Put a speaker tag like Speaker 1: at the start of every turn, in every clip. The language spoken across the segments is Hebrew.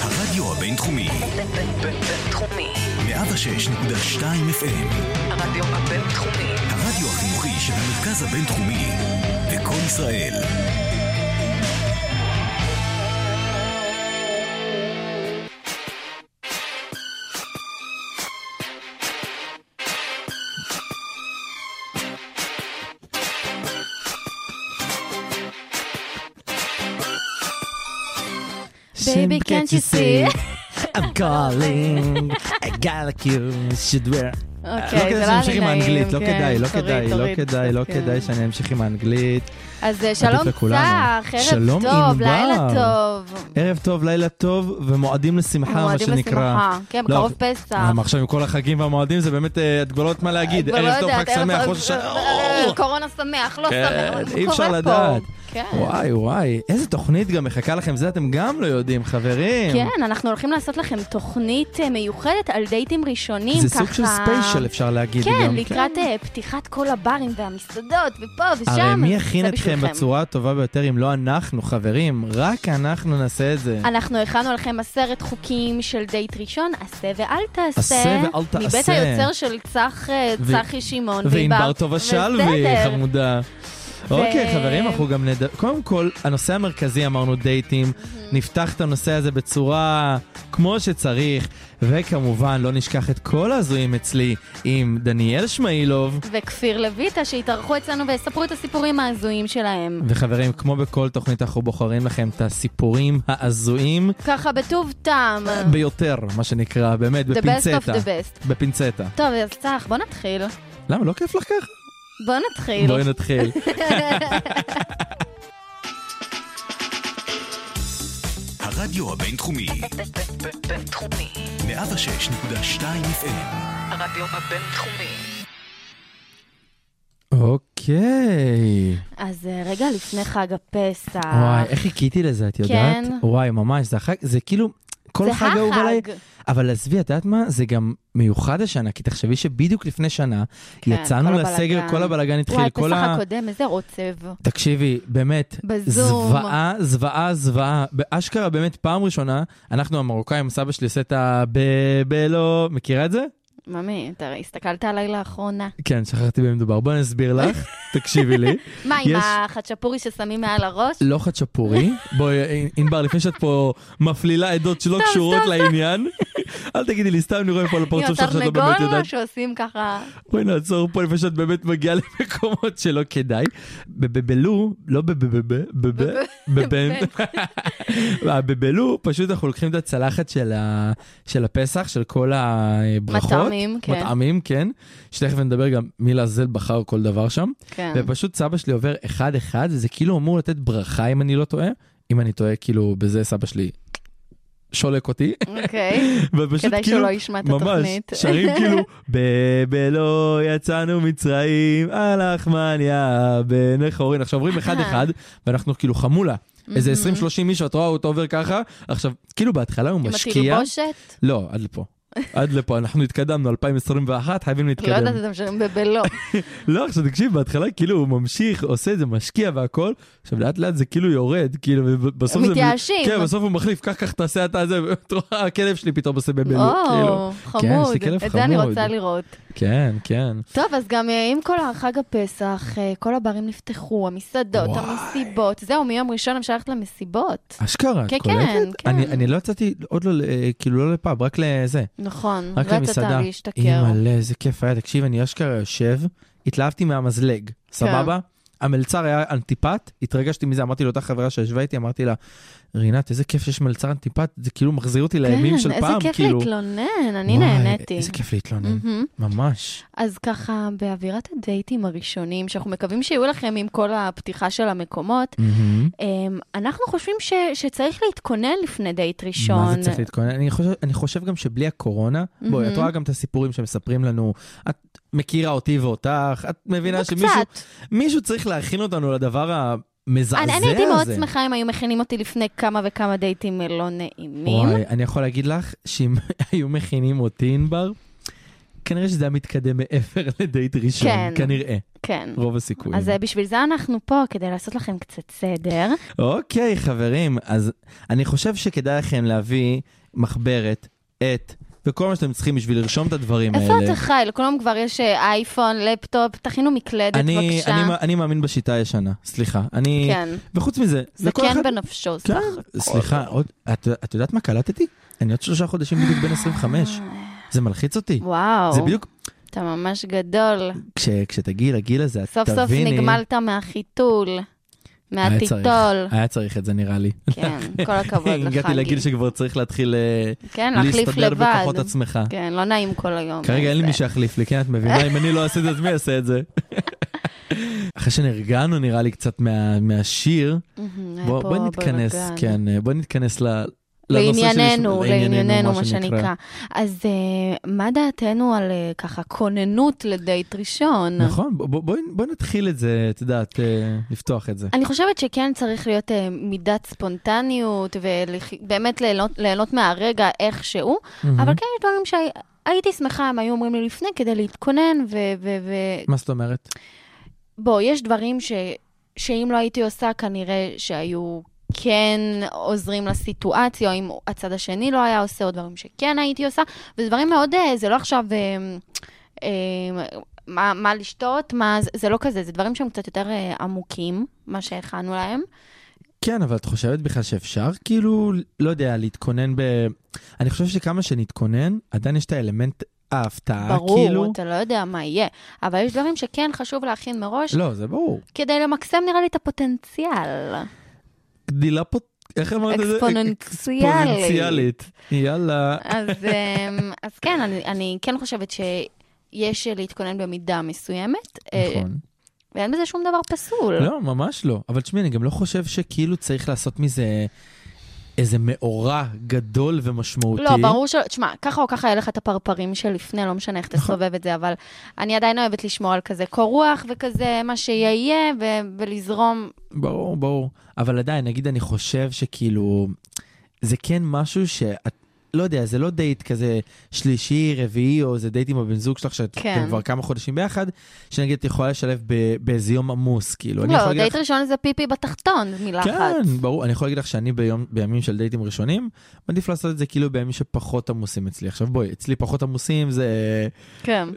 Speaker 1: הרדיו הבינתחומי,
Speaker 2: בינתחומי.
Speaker 1: 106.2 FM,
Speaker 2: הרדיו הבינתחומי.
Speaker 1: הרדיו החינוכי של המרכז הבינתחומי, בקום ישראל.
Speaker 3: Baby,
Speaker 4: Shimba,
Speaker 3: can't you see?
Speaker 4: I'm calling, I got like you should wear. לא
Speaker 3: אוקיי,
Speaker 4: כדאי
Speaker 3: זה לא
Speaker 4: שנמשיך
Speaker 3: היה לי
Speaker 4: עם האנגלית,
Speaker 3: נעים.
Speaker 4: לא
Speaker 3: כן,
Speaker 4: כדאי, לא
Speaker 3: תוריד,
Speaker 4: כדאי, לא
Speaker 3: תוריד
Speaker 4: כדאי,
Speaker 3: קצת,
Speaker 4: לא
Speaker 3: כן.
Speaker 4: כדאי שאני אמשיך עם האנגלית.
Speaker 3: אז אה, שלום
Speaker 4: לכולנו.
Speaker 3: צח, ערב
Speaker 4: שלום,
Speaker 3: טוב,
Speaker 4: ענבר.
Speaker 3: לילה טוב.
Speaker 4: ערב טוב, לילה טוב, ומועדים לשמחה, מה
Speaker 3: מועדים
Speaker 4: שנקרא.
Speaker 3: לשמחה. כן,
Speaker 4: לא,
Speaker 3: בקרוב פסח.
Speaker 4: אבל עכשיו עם כל החגים והמועדים זה באמת, אה, את כבר לא יודעת מה להגיד.
Speaker 3: כבר לא
Speaker 4: ערב טוב,
Speaker 3: יודעת,
Speaker 4: חג
Speaker 3: ערב
Speaker 4: שמח,
Speaker 3: טוב,
Speaker 4: ראש השנה.
Speaker 3: אה,
Speaker 4: אוו.
Speaker 3: קורונה שמח, לא
Speaker 4: כן,
Speaker 3: שמח, אבל
Speaker 4: אי
Speaker 3: מה
Speaker 4: אפשר
Speaker 3: קורה פה?
Speaker 4: לדעת.
Speaker 3: כן.
Speaker 4: וואי וואי, איזה תוכנית גם מחכה לכם, זה אתם גם לא יודעים, חברים.
Speaker 3: כן, אנחנו הולכים לעשות לכם תוכנית אה, מיוחדת על דייטים ראשונים, ככה...
Speaker 4: זה סוג של ספיישל אפשר להגיד
Speaker 3: כן,
Speaker 4: גם.
Speaker 3: לקראת אה, פתיחת כל הברים והמסעדות, ופה ושם.
Speaker 4: הרי מי
Speaker 3: אז
Speaker 4: הכין
Speaker 3: זה
Speaker 4: אתכם
Speaker 3: בשבילכם.
Speaker 4: בצורה הטובה ביותר אם לא אנחנו, חברים? רק אנחנו נעשה את זה.
Speaker 3: אנחנו הכנו לכם עשרת חוקים של דייט ראשון, עשה ואל תעשה.
Speaker 4: עשה ואל תעשה.
Speaker 3: מבית היוצר של צח, אה,
Speaker 4: ו-
Speaker 3: צחי שמעון
Speaker 4: וענבר טובה שלוי,
Speaker 3: בסדר.
Speaker 4: חמודה. אוקיי, חברים, אנחנו גם נדע... קודם כל, הנושא המרכזי, אמרנו דייטים,
Speaker 3: Mm-hmm.
Speaker 4: נפתח את הנושא הזה בצורה כמו שצריך, וכמובן, לא נשכח את כל ההזויים אצלי עם דניאל שמאילוב.
Speaker 3: וכפיר לויטה שהתארחו אצלנו ויספרו את הסיפורים ההזויים שלהם.
Speaker 4: וחברים, כמו בכל תוכנית, אנחנו בוחרים לכם את הסיפורים ההזויים
Speaker 3: ככה בטוב טעם.
Speaker 4: ביותר, מה שנקרא, באמת,
Speaker 3: Mm. The best of
Speaker 4: בפינצטה.
Speaker 3: the best.
Speaker 4: בפינצטה.
Speaker 3: טוב, אז צח, בוא נתחיל.
Speaker 4: למה, לא כיף לך ככה?
Speaker 3: בוא נתחיל.
Speaker 4: בואי נתחיל.
Speaker 1: הרדיו הבינתחומי,
Speaker 2: בינתחומי.
Speaker 1: 106.2 FM,
Speaker 2: הרדיו הבינתחומי.
Speaker 4: אוקיי.
Speaker 3: אז אה, רגע לפני חג הפסח.
Speaker 4: וואי, אה, איך חיכיתי לזה, את יודעת?
Speaker 3: אה. כן.
Speaker 4: וואי, ממש, זה החג, זה כאילו, כל
Speaker 3: זה
Speaker 4: חג אהוב עליי.
Speaker 3: החג.
Speaker 4: אבל עזבי, את יודעת מה? זה גם מיוחד השנה, כי תחשבי שבדיוק לפני שנה,
Speaker 3: כן,
Speaker 4: יצאנו
Speaker 3: כל
Speaker 4: לסגר,
Speaker 3: הבלגן.
Speaker 4: כל הבלגן התחיל,
Speaker 3: וואי,
Speaker 4: כל
Speaker 3: פסח
Speaker 4: ה...
Speaker 3: הקודם, איזה רוצב.
Speaker 4: תקשיבי, באמת,
Speaker 3: בזום.
Speaker 4: זוועה, זוועה, זוועה. באשכרה, באמת, פעם ראשונה, אנחנו המרוקאים, סבא שלי עושה את הבלו, מכירה את זה?
Speaker 3: ממי, אתה הסתכלת עליי לאחרונה.
Speaker 4: כן, שכחתי במי מדובר. בואי אני אסביר לך, תקשיבי לי.
Speaker 3: מה, עם
Speaker 4: יש-
Speaker 3: החצ'פורי ששמים מעל הראש?
Speaker 4: לא חצ'פורי, בואי, ענבר, לפני שאת פה מפלילה עדות שלא קשורות לעניין, אל תגידי לי, סתם אני רואה פה על
Speaker 3: עם
Speaker 4: הפרצוף שלך שאת לא באמת
Speaker 3: התרנגול
Speaker 4: יודעת.
Speaker 3: שעושים ככה...
Speaker 4: בואי נעצור פה לפני שאת באמת מגיעה למקומות שלא כדאי. בבלו, לא בבבבב, בבן. בבלו, פשוט אנחנו לוקחים את הצלחת של ה- של הפסח, של כל הברכות.
Speaker 3: מטעמים, כן.
Speaker 4: מטעמים, כן. שתכף נדבר גם מי לעזאזל בחר כל דבר שם.
Speaker 3: כן.
Speaker 4: ופשוט סבא שלי עובר אחד-אחד, וזה כאילו אמור לתת ברכה אם אני לא טועה. אם אני טועה, כאילו, בזה סבא שלי שולק אותי.
Speaker 3: אוקיי.
Speaker 4: ופשוט
Speaker 3: כדאי
Speaker 4: כאילו,
Speaker 3: שלא ישמע את
Speaker 4: ממש,
Speaker 3: התוכנית.
Speaker 4: שרים כאילו, בבלו יצאנו מצרים, הלחמניה בני חורין. עכשיו עוברים אחד-אחד, ואנחנו כאילו חמולה. איזה 20-30 איש, ואת רואה אותו עובר ככה. עכשיו, כאילו בהתחלה הוא
Speaker 3: עם
Speaker 4: משקיע.
Speaker 3: התלבושת?
Speaker 4: לא, עד לפה. עד לפה, אנחנו התקדמנו, 2021, חייבים
Speaker 3: לא
Speaker 4: להתקדם.
Speaker 3: יודעת את המשלים בבלו.
Speaker 4: לא, עכשיו תקשיב, בהתחלה כאילו הוא ממשיך, עושה את זה, משקיע והכל, עכשיו לאט לאט זה כאילו יורד, כאילו, ובסוף זה...
Speaker 3: מתייאשים.
Speaker 4: כן, בסוף הוא מחליף, קח, קח, תעשה אתה זה, ואת רואה, הכלב שלי פתאום עושה בבלו, כאילו.
Speaker 3: או, חמוד.
Speaker 4: יש לי כלב
Speaker 3: את זה אני
Speaker 4: חמוד.
Speaker 3: רוצה לראות.
Speaker 4: כן, כן.
Speaker 3: טוב, אז גם אה, עם כל חג הפסח, אה, כל הברים נפתחו, המסעדות,
Speaker 4: וואי.
Speaker 3: המסיבות. זהו, מיום ראשון אפשר ללכת למסיבות.
Speaker 4: אשכרה, את
Speaker 3: כן,
Speaker 4: קולטת?
Speaker 3: כן, כן.
Speaker 4: אני- אני לא יצאתי עוד לא, ל- אה, כאילו לא לפאב, רק לזה,
Speaker 3: נכון.
Speaker 4: רק למסעדה.
Speaker 3: רצת להשתכר.
Speaker 4: אימא'לה, איזה כיף היה, תקשיב, אני אשכרה יושב, התלהבתי מהמזלג,
Speaker 3: כן.
Speaker 4: סבבה? המלצר היה אנטיפט, התרגשתי מזה, אמרתי לאותה חברה שישבה איתי, אמרתי לה, רינת, איזה כיף שיש מלצר אנטיפט, זה כאילו מחזיר אותי לימים של
Speaker 3: כן, איזה
Speaker 4: פעם,
Speaker 3: כיף
Speaker 4: כאילו.
Speaker 3: להתלונן, אני
Speaker 4: וואי,
Speaker 3: נהניתי.
Speaker 4: איזה כיף להתלונן,
Speaker 3: מהמם.
Speaker 4: ממש.
Speaker 3: אז ככה, באווירת הדייטים הראשונים, שאנחנו מקווים שיהיו לכם עם כל הפתיחה של המקומות, אמ, אנחנו חושבים ש, שצריך להתכונן לפני דייט ראשון.
Speaker 4: מה זה צריך להתכונן? אני חושב, אני חושב גם שבלי הקורונה, בואי, את
Speaker 3: מהמם.
Speaker 4: רואה גם את הסיפורים שמספרים לנו, את מכירה אותי ואותך, את מבינה שמישהו
Speaker 3: קצת.
Speaker 4: מישהו צריך להכין אותנו לדבר המזעזע הזה.
Speaker 3: אני, אני הייתי מאוד שמחה אם היו מכינים אותי לפני כמה וכמה דייטים לא נעימים.
Speaker 4: וואי, אני יכול להגיד לך שאם היו מכינים אותי ענבר, כנראה שזה היה מתקדם מעבר לדייט ראשון,
Speaker 3: כן.
Speaker 4: כנראה,
Speaker 3: כן.
Speaker 4: רוב הסיכויים.
Speaker 3: אז אה, בשביל זה אנחנו פה, כדי לעשות לכם קצת סדר.
Speaker 4: כן, אוקיי, חברים, אז אני חושב שכדאי לכם להביא מחברת, עט, וכל מה שאתם צריכים בשביל לרשום את הדברים האלה.
Speaker 3: איפה אתה חי? לכולם כבר יש אה, אייפון, לפטופ, תכינו מקלדת
Speaker 4: אני,
Speaker 3: בבקשה.
Speaker 4: אני, מא- אני מאמין בשיטה הישנה, סליחה. אני...
Speaker 3: כן.
Speaker 4: וחוץ מזה,
Speaker 3: זה
Speaker 4: לכל
Speaker 3: כן
Speaker 4: אחד-
Speaker 3: בנפשו, סך הכל.
Speaker 4: כן, סליחה, עוד, את, את יודעת מה קלטתי? אני עוד שלושה חודשים בדיוק בן 25. זה מלחיץ אותי.
Speaker 3: אה, וואו,
Speaker 4: זה בדיוק,
Speaker 3: אתה ממש גדול.
Speaker 4: כש, כשתגיעי לגיל הזה, את
Speaker 3: סוף
Speaker 4: תביני...
Speaker 3: סוף נגמלת מהחיתול,
Speaker 4: היה צריך-
Speaker 3: מהטיטול.
Speaker 4: היה צריך את זה נראה לי.
Speaker 3: כן, כל הכבוד לך.
Speaker 4: הגעתי
Speaker 3: גיל.
Speaker 4: לגיל שכבר צריך להתחיל אה,
Speaker 3: כן, להחליף
Speaker 4: להסתדר
Speaker 3: לבד.
Speaker 4: בכוחות עצמך.
Speaker 3: כן, לא נעים כל היום.
Speaker 4: כרגע אין לי
Speaker 3: זה-
Speaker 4: מי שיחליף לי, כן? את מבינה? אם אני לא אעשה את זה, אז מי יעשה את זה? אחרי שנרגענו נראה לי קצת מה- מהשיר,
Speaker 3: מהמם, היה
Speaker 4: בוא
Speaker 3: פה
Speaker 4: בוא נתכנס,
Speaker 3: בלגן.
Speaker 4: כן, אה, בוא נתכנס ל- לנושא של-
Speaker 3: לענייננו, לענייננו, מה
Speaker 4: שנקרא.
Speaker 3: שנקרא. אז אה, מה דעתנו על אה, ככה כוננות לדייט ראשון?
Speaker 4: נכון, בוא- בוא- בואי- בואי נתחיל את זה, את יודעת, אה, לפתוח את זה.
Speaker 3: אני חושבת שכן צריך להיות אה, מידת ספונטניות, ובאמת ליהנות, ליהנות מהרגע איכשהו,
Speaker 4: מהמם.
Speaker 3: אבל כן יש דברים שהייתי שמחה אם היו אומרים לי לפני כדי להתכונן, ו... ו, ו...
Speaker 4: מה זאת אומרת?
Speaker 3: בוא, יש דברים ש... שאם לא הייתי עושה, כנראה שהיו כן עוזרים לסיטואציה, או אם הצד השני לא היה עושה, או דברים שכן הייתי עושה, וזה דברים מאוד, אה, זה לא עכשיו... אה, אה, מה, מה לשתות, מה, זה- זה לא כזה, זה דברים שהם קצת יותר אה, עמוקים, מה שהכנו להם.
Speaker 4: כן, אבל את חושבת בכלל שאפשר כאילו, לא יודע, להתכונן ב... אני חושב שכמה שנתכונן, עדיין יש את האלמנט ההפתעה,
Speaker 3: ברור,
Speaker 4: כאילו.
Speaker 3: אתה לא יודע מה יהיה. אבל יש דברים שכן חשוב להכין מראש,
Speaker 4: לא, זה ברור.
Speaker 3: כדי למקסם נראה לי את הפוטנציאל.
Speaker 4: גדילה פה, לא איך אמרת את זה?
Speaker 3: אקספוננציאלית. אה,
Speaker 4: אקספוננציאלית. יאללה.
Speaker 3: אז, אמ, אז כן, אני, אני כן חושבת שיש להתכונן במידה מסוימת, אה,
Speaker 4: נכון.
Speaker 3: ואין בזה שום דבר פסול.
Speaker 4: לא, ממש לא. אבל תשמעי, אני גם לא חושב שכאילו צריך לעשות מזה איזה מאורע גדול ומשמעותי.
Speaker 3: לא, ברור שלא, תשמע, ככה או ככה יהיה לך את הפרפרים שלפני, לא משנה איך
Speaker 4: נכון.
Speaker 3: תסובב את זה, אבל אני עדיין אוהבת לשמור על כזה קור רוח וכזה מה שיהיה יהיה, ו- ולזרום.
Speaker 4: ברור, ברור. אבל עדיין, נגיד, אני חושב שכאילו, זה כן משהו שאת... לא יודע, זה לא דייט כזה שלישי, רביעי, או זה דייט עם הבן זוג שלך, שאתם
Speaker 3: כן.
Speaker 4: כבר כמה חודשים ביחד, שנגיד את יכולה לשלב ב- באיזה יום עמוס, כאילו. אני יכול
Speaker 3: לא,
Speaker 4: להגיד
Speaker 3: דייט
Speaker 4: לך-
Speaker 3: ראשון זה פיפי בתחתון, מילה אחת.
Speaker 4: כן, ברור. אני יכול להגיד לך שאני ביום, בימים של דייטים ראשונים, מעדיף לעשות את זה כאילו בימים שפחות עמוסים אצלי. עכשיו בואי, אצלי פחות עמוסים זה...
Speaker 3: כן.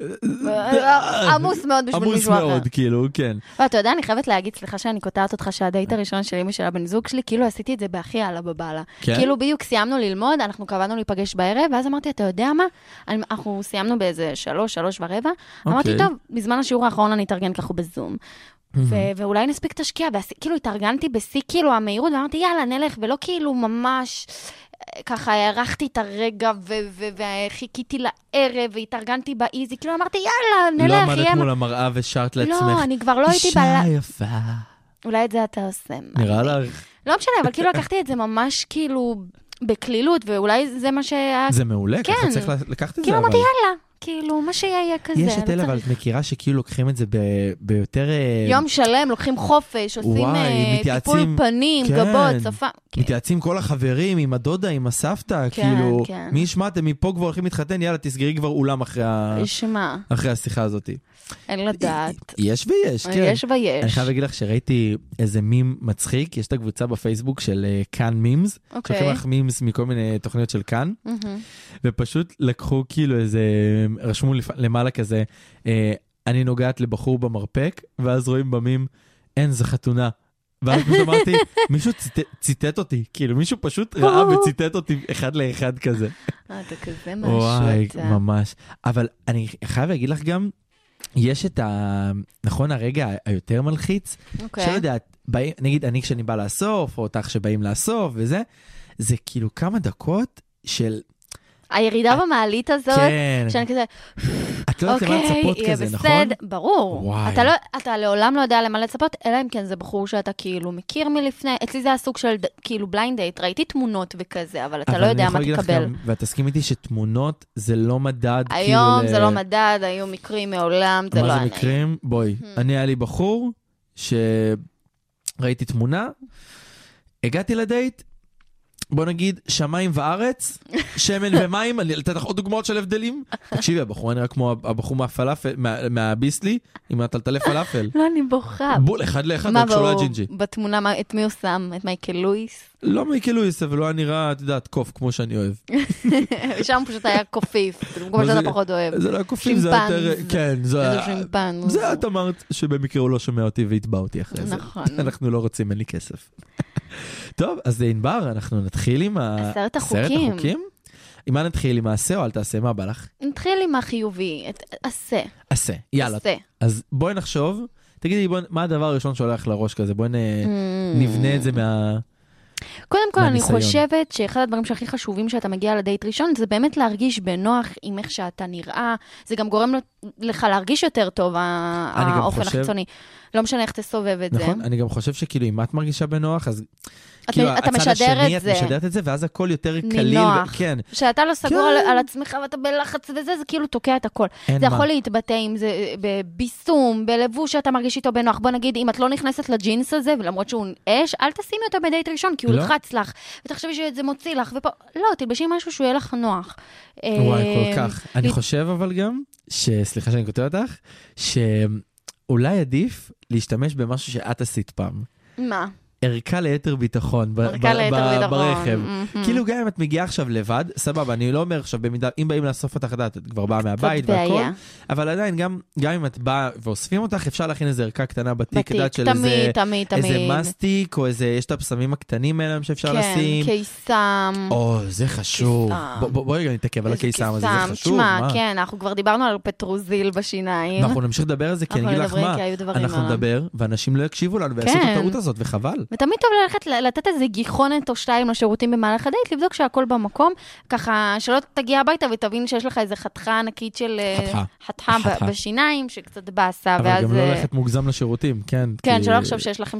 Speaker 4: זה-
Speaker 3: עמוס מאוד בשביל
Speaker 4: אה, עמוס
Speaker 3: מישהו אחר.
Speaker 4: מאוד, כאילו, כן.
Speaker 3: ואתה לא, יודע, אני חייבת להגיד, סליחה שאני קוטעת אותך,
Speaker 4: אה.
Speaker 3: שהדייט הראשון של אמא של הבן זוג שלי, כאילו עשיתי את זה בהכי יאללה בבאללה.
Speaker 4: כן?
Speaker 3: כאילו בדיוק סיימנו ללמוד, אנחנו קבענו להיפגש בערב, ואז אמרתי, אתה יודע מה? אני- אנחנו סיימנו באיזה שלוש, שלוש ורבע. אמרתי,
Speaker 4: אוקיי.
Speaker 3: טוב, בזמן השיעור האחרון אני אתארגן ככה בזום. ו- ואולי נספיק תשקיע, וכאילו התארגנתי בשיא כאילו המהירות, ואמרתי, יאללה, נלך, ולא כאילו ממש... אה, ככה הארכתי את הרגע ו- ו- וחיכיתי לערב והתארגנתי באיזי, כאילו אמרתי יאללה,
Speaker 4: לא
Speaker 3: נלך,
Speaker 4: עמדת מול המראה ושרת לעצמך.
Speaker 3: אמ- לא, אני כבר לא הייתי בלילה.
Speaker 4: אישה יפה.
Speaker 3: אולי את זה אתה עושה. מה
Speaker 4: נראה
Speaker 3: אני-
Speaker 4: לך?
Speaker 3: לא משנה, אבל כאילו לקחתי את זה ממש כאילו בקלילות, ואולי זה מה שהיה...
Speaker 4: זה מעולה,
Speaker 3: כן.
Speaker 4: ככה צריך ל- לקחת את זה,
Speaker 3: כאילו
Speaker 4: אבל...
Speaker 3: אמרתי, יאללה, כאילו, מה שיהיה יהיה כזה.
Speaker 4: יש את
Speaker 3: לא
Speaker 4: אלה, אבל
Speaker 3: צריך.
Speaker 4: את מכירה שכאילו לוקחים את זה ב- ביותר... אה,
Speaker 3: יום שלם, לוקחים חופש, עושים
Speaker 4: וואי,
Speaker 3: אה,
Speaker 4: מתייעצים.
Speaker 3: טיפול פנים,
Speaker 4: כן.
Speaker 3: גבות, שפה. כן.
Speaker 4: מתייעצים כל החברים, עם הדודה, עם הסבתא,
Speaker 3: כן,
Speaker 4: כאילו...
Speaker 3: כן.
Speaker 4: מי ישמע, אתם מפה כבר הולכים להתחתן, יאללה, תסגרי כבר אולם אחרי ה-
Speaker 3: שמע,
Speaker 4: אחרי השיחה הזאת.
Speaker 3: אין לדעת.
Speaker 4: יש ויש, כן.
Speaker 3: יש
Speaker 4: אני
Speaker 3: ויש.
Speaker 4: חייב להגיד לך שראיתי איזה מים מצחיק, יש את הקבוצה בפייסבוק של אה, כאן מימס,
Speaker 3: אוקיי.
Speaker 4: שולחים לך מימס מכל מיני תוכניות של כאן,
Speaker 3: מהמם.
Speaker 4: ופשוט לקחו כאילו איזה, רשמו לפ- למעלה כזה, אה, אני נוגעת לבחור במרפק, ואז רואים במים, אין, זה חתונה. ואז פשוט אמרתי, מישהו ציט- ציטט אותי, כאילו מישהו פשוט ראה וציטט אותי אחד לאחד כזה.
Speaker 3: אה, אתה כזה משהו.
Speaker 4: וואי,
Speaker 3: אתה.
Speaker 4: ממש. אבל אני חייב להגיד לך גם, יש את ה... נכון, הרגע היותר מלחיץ,
Speaker 3: אוקיי.
Speaker 4: שלא יודעת, באים- נגיד אני כשאני בא לאסוף, או אותך שבאים לאסוף וזה, זה כאילו כמה דקות של...
Speaker 3: הירידה במעלית הזאת,
Speaker 4: אה, כן,
Speaker 3: שאני כזה,
Speaker 4: את לא יודעת למה
Speaker 3: אוקיי,
Speaker 4: לצפות
Speaker 3: יהיה
Speaker 4: כזה, נכון?
Speaker 3: בסדר, ברור.
Speaker 4: וואי.
Speaker 3: אתה לא- אתה לעולם לא יודע למה לצפות, אלא אם כן זה בחור שאתה כאילו מכיר מלפני. אצלי זה הסוג של ד- כאילו בליינד דייט, ראיתי תמונות וכזה, אבל אתה
Speaker 4: אבל
Speaker 3: לא
Speaker 4: אני
Speaker 3: יודע
Speaker 4: יכול
Speaker 3: מה
Speaker 4: להגיד לך
Speaker 3: תקבל.
Speaker 4: גם, ואת תסכים איתי שתמונות זה לא מדד, כאילו...
Speaker 3: היום
Speaker 4: ל-
Speaker 3: זה לא מדד, היו מקרים מעולם, זה לא Hmm.
Speaker 4: מה זה
Speaker 3: היה נעים.
Speaker 4: מקרים? בואי, אני היה לי בחור שראיתי תמונה, הגעתי לדייט, בוא נגיד, שמיים וארץ, שמן ומים, אני אתן לך עוד דוגמאות של הבדלים. תקשיבי, הבחור נראה כמו הבחור מהפלאפל, מה- מהביסלי, עם הטלטלי פלאפל.
Speaker 3: לא, אני בוכה.
Speaker 4: בול, אחד לאחד, רק שהוא לא היה ג'ינג'י.
Speaker 3: בתמונה, מה- את מי הוא שם? את מייקל לואיס?
Speaker 4: לא מייקל לואיס, אבל הוא היה נראה, את יודעת, קוף, כמו שאני אוהב.
Speaker 3: שם פשוט היה קופיף, כאילו, כמו
Speaker 4: מה זה-
Speaker 3: שאתה פחות אוהב.
Speaker 4: זה לא היה קופים, זה היה יותר...
Speaker 3: שימפנז.
Speaker 4: כן, זה
Speaker 3: איזה
Speaker 4: היה...
Speaker 3: שימפן.
Speaker 4: זה את אמרת שבמקרה הוא לא שומע אותי והתבע אותי אחרי זה.
Speaker 3: נכון.
Speaker 4: אנחנו לא רוצים, אין לי כסף. טוב, אז ענבר, אנחנו נתחיל עם ה-
Speaker 3: עשרת החוקים.
Speaker 4: עם מה נתחיל? עם העשה או אל תעשה? מה בא לך?
Speaker 3: נתחיל עם החיובי, את עשה.
Speaker 4: עשה, יאללה.
Speaker 3: עשה.
Speaker 4: אז בואי נחשוב, תגידי לי, בואי- מה הדבר הראשון שעולה לך לראש כזה? בואי נ- אה,
Speaker 3: Mm.
Speaker 4: נבנה את זה מה...
Speaker 3: קודם כל, אני
Speaker 4: מהניסיון.
Speaker 3: חושבת שאחד הדברים שהכי חשובים שאתה מגיע לדייט ראשון, זה באמת להרגיש בנוח עם איך שאתה נראה. זה גם גורם לך להרגיש יותר טוב, ה-
Speaker 4: אני גם
Speaker 3: האופן
Speaker 4: חושב-
Speaker 3: החיצוני. לא משנה איך תסובב את זה.
Speaker 4: נכון? אני גם חושב שכאילו, אם את מרגישה בנוח, אז
Speaker 3: אתה-
Speaker 4: כאילו,
Speaker 3: אתה
Speaker 4: הצד
Speaker 3: משדר
Speaker 4: השני,
Speaker 3: את זה.
Speaker 4: את משדרת את זה, ואז הכל יותר
Speaker 3: נינוח.
Speaker 4: קליל. ו- כן,
Speaker 3: כשאתה לא סגור
Speaker 4: כן.
Speaker 3: על, על עצמך ואתה בלחץ וזה, זה כאילו תוקע את הכל.
Speaker 4: אין
Speaker 3: זה
Speaker 4: מה.
Speaker 3: יכול להתבטא אם זה אה, בביסום, בלבוש שאתה מרגיש איתו בנוח. בוא נגיד, אם את לא נכנסת לג'ינס הזה, ולמרות שהוא אש, אל תשימי אותו בדייט ראשון, כי הוא
Speaker 4: לא.
Speaker 3: ילחץ לך, ותחשבי שזה מוציא לך, ופה... לא, תלבשי משהו שהוא יהיה לך נוח.
Speaker 4: וואי,
Speaker 3: אה,
Speaker 4: כל כך. אני
Speaker 3: לי-
Speaker 4: חושב אבל גם, ש- סליחה שאני כותב אותך, שאולי עדיף להשתמש במשהו שאת עשית פעם.
Speaker 3: מה?
Speaker 4: ערכה ליתר ביטחון ב- ב-
Speaker 3: ערכה ליתר
Speaker 4: ב-
Speaker 3: ביטחון.
Speaker 4: ברכב.
Speaker 3: מהמם.
Speaker 4: כאילו גם אם את מגיעה עכשיו לבד, סבבה, אני לא אומר עכשיו, במידה, אם באים לאסוף אותך, את יודעת, את כבר באה מהבית
Speaker 3: זאת
Speaker 4: והכל,
Speaker 3: בעיה.
Speaker 4: אבל עדיין, גם, גם אם את באה ואוספים אותך, אפשר להכין איזה ערכה קטנה בתיק, את
Speaker 3: בתיק,
Speaker 4: יודעת, של איזה,
Speaker 3: תמיד, תמיד, תמיד.
Speaker 4: איזה מסטיק, או איזה, יש את הפסמים הקטנים האלה שאפשר לשים.
Speaker 3: כן, קיסם.
Speaker 4: או, זה חשוב.
Speaker 3: קיסם.
Speaker 4: בוא- בוא- בואי רגע נתעכב על
Speaker 3: איזה
Speaker 4: הקיסם הזה,
Speaker 3: קיסם.
Speaker 4: זה חשוב,
Speaker 3: תשמע,
Speaker 4: מה?
Speaker 3: כן, אנחנו כבר דיברנו על פטרוזיל בשיניים.
Speaker 4: אנחנו נמשיך לדבר על זה, כי אני
Speaker 3: אנחנו
Speaker 4: אגיד לך
Speaker 3: נדבר,
Speaker 4: מה,
Speaker 3: כי היו דברים
Speaker 4: אנחנו
Speaker 3: עליו.
Speaker 4: נדבר, ואנשים לא יקשיבו לנו ויעשו את
Speaker 3: כן.
Speaker 4: הטעות הזאת, וחבל.
Speaker 3: ותמיד טוב ללכת ל- לתת איזה גיחונת או שתיים לשירותים במהלך הדייט, לבדוק שהכל במקום, ככה שלא תגיע הביתה ותבין שיש לך איזה חתיכה ענקית של... אה,
Speaker 4: חתיכה.
Speaker 3: חתיכה ב-
Speaker 4: חתיכה.
Speaker 3: בשיניים, שקצת באסה,
Speaker 4: אבל
Speaker 3: ואז...
Speaker 4: גם לא
Speaker 3: אה,
Speaker 4: ללכת מוגזם לשירותים, כן.
Speaker 3: כן,
Speaker 4: כי-
Speaker 3: שלא לחשוב שיש לכם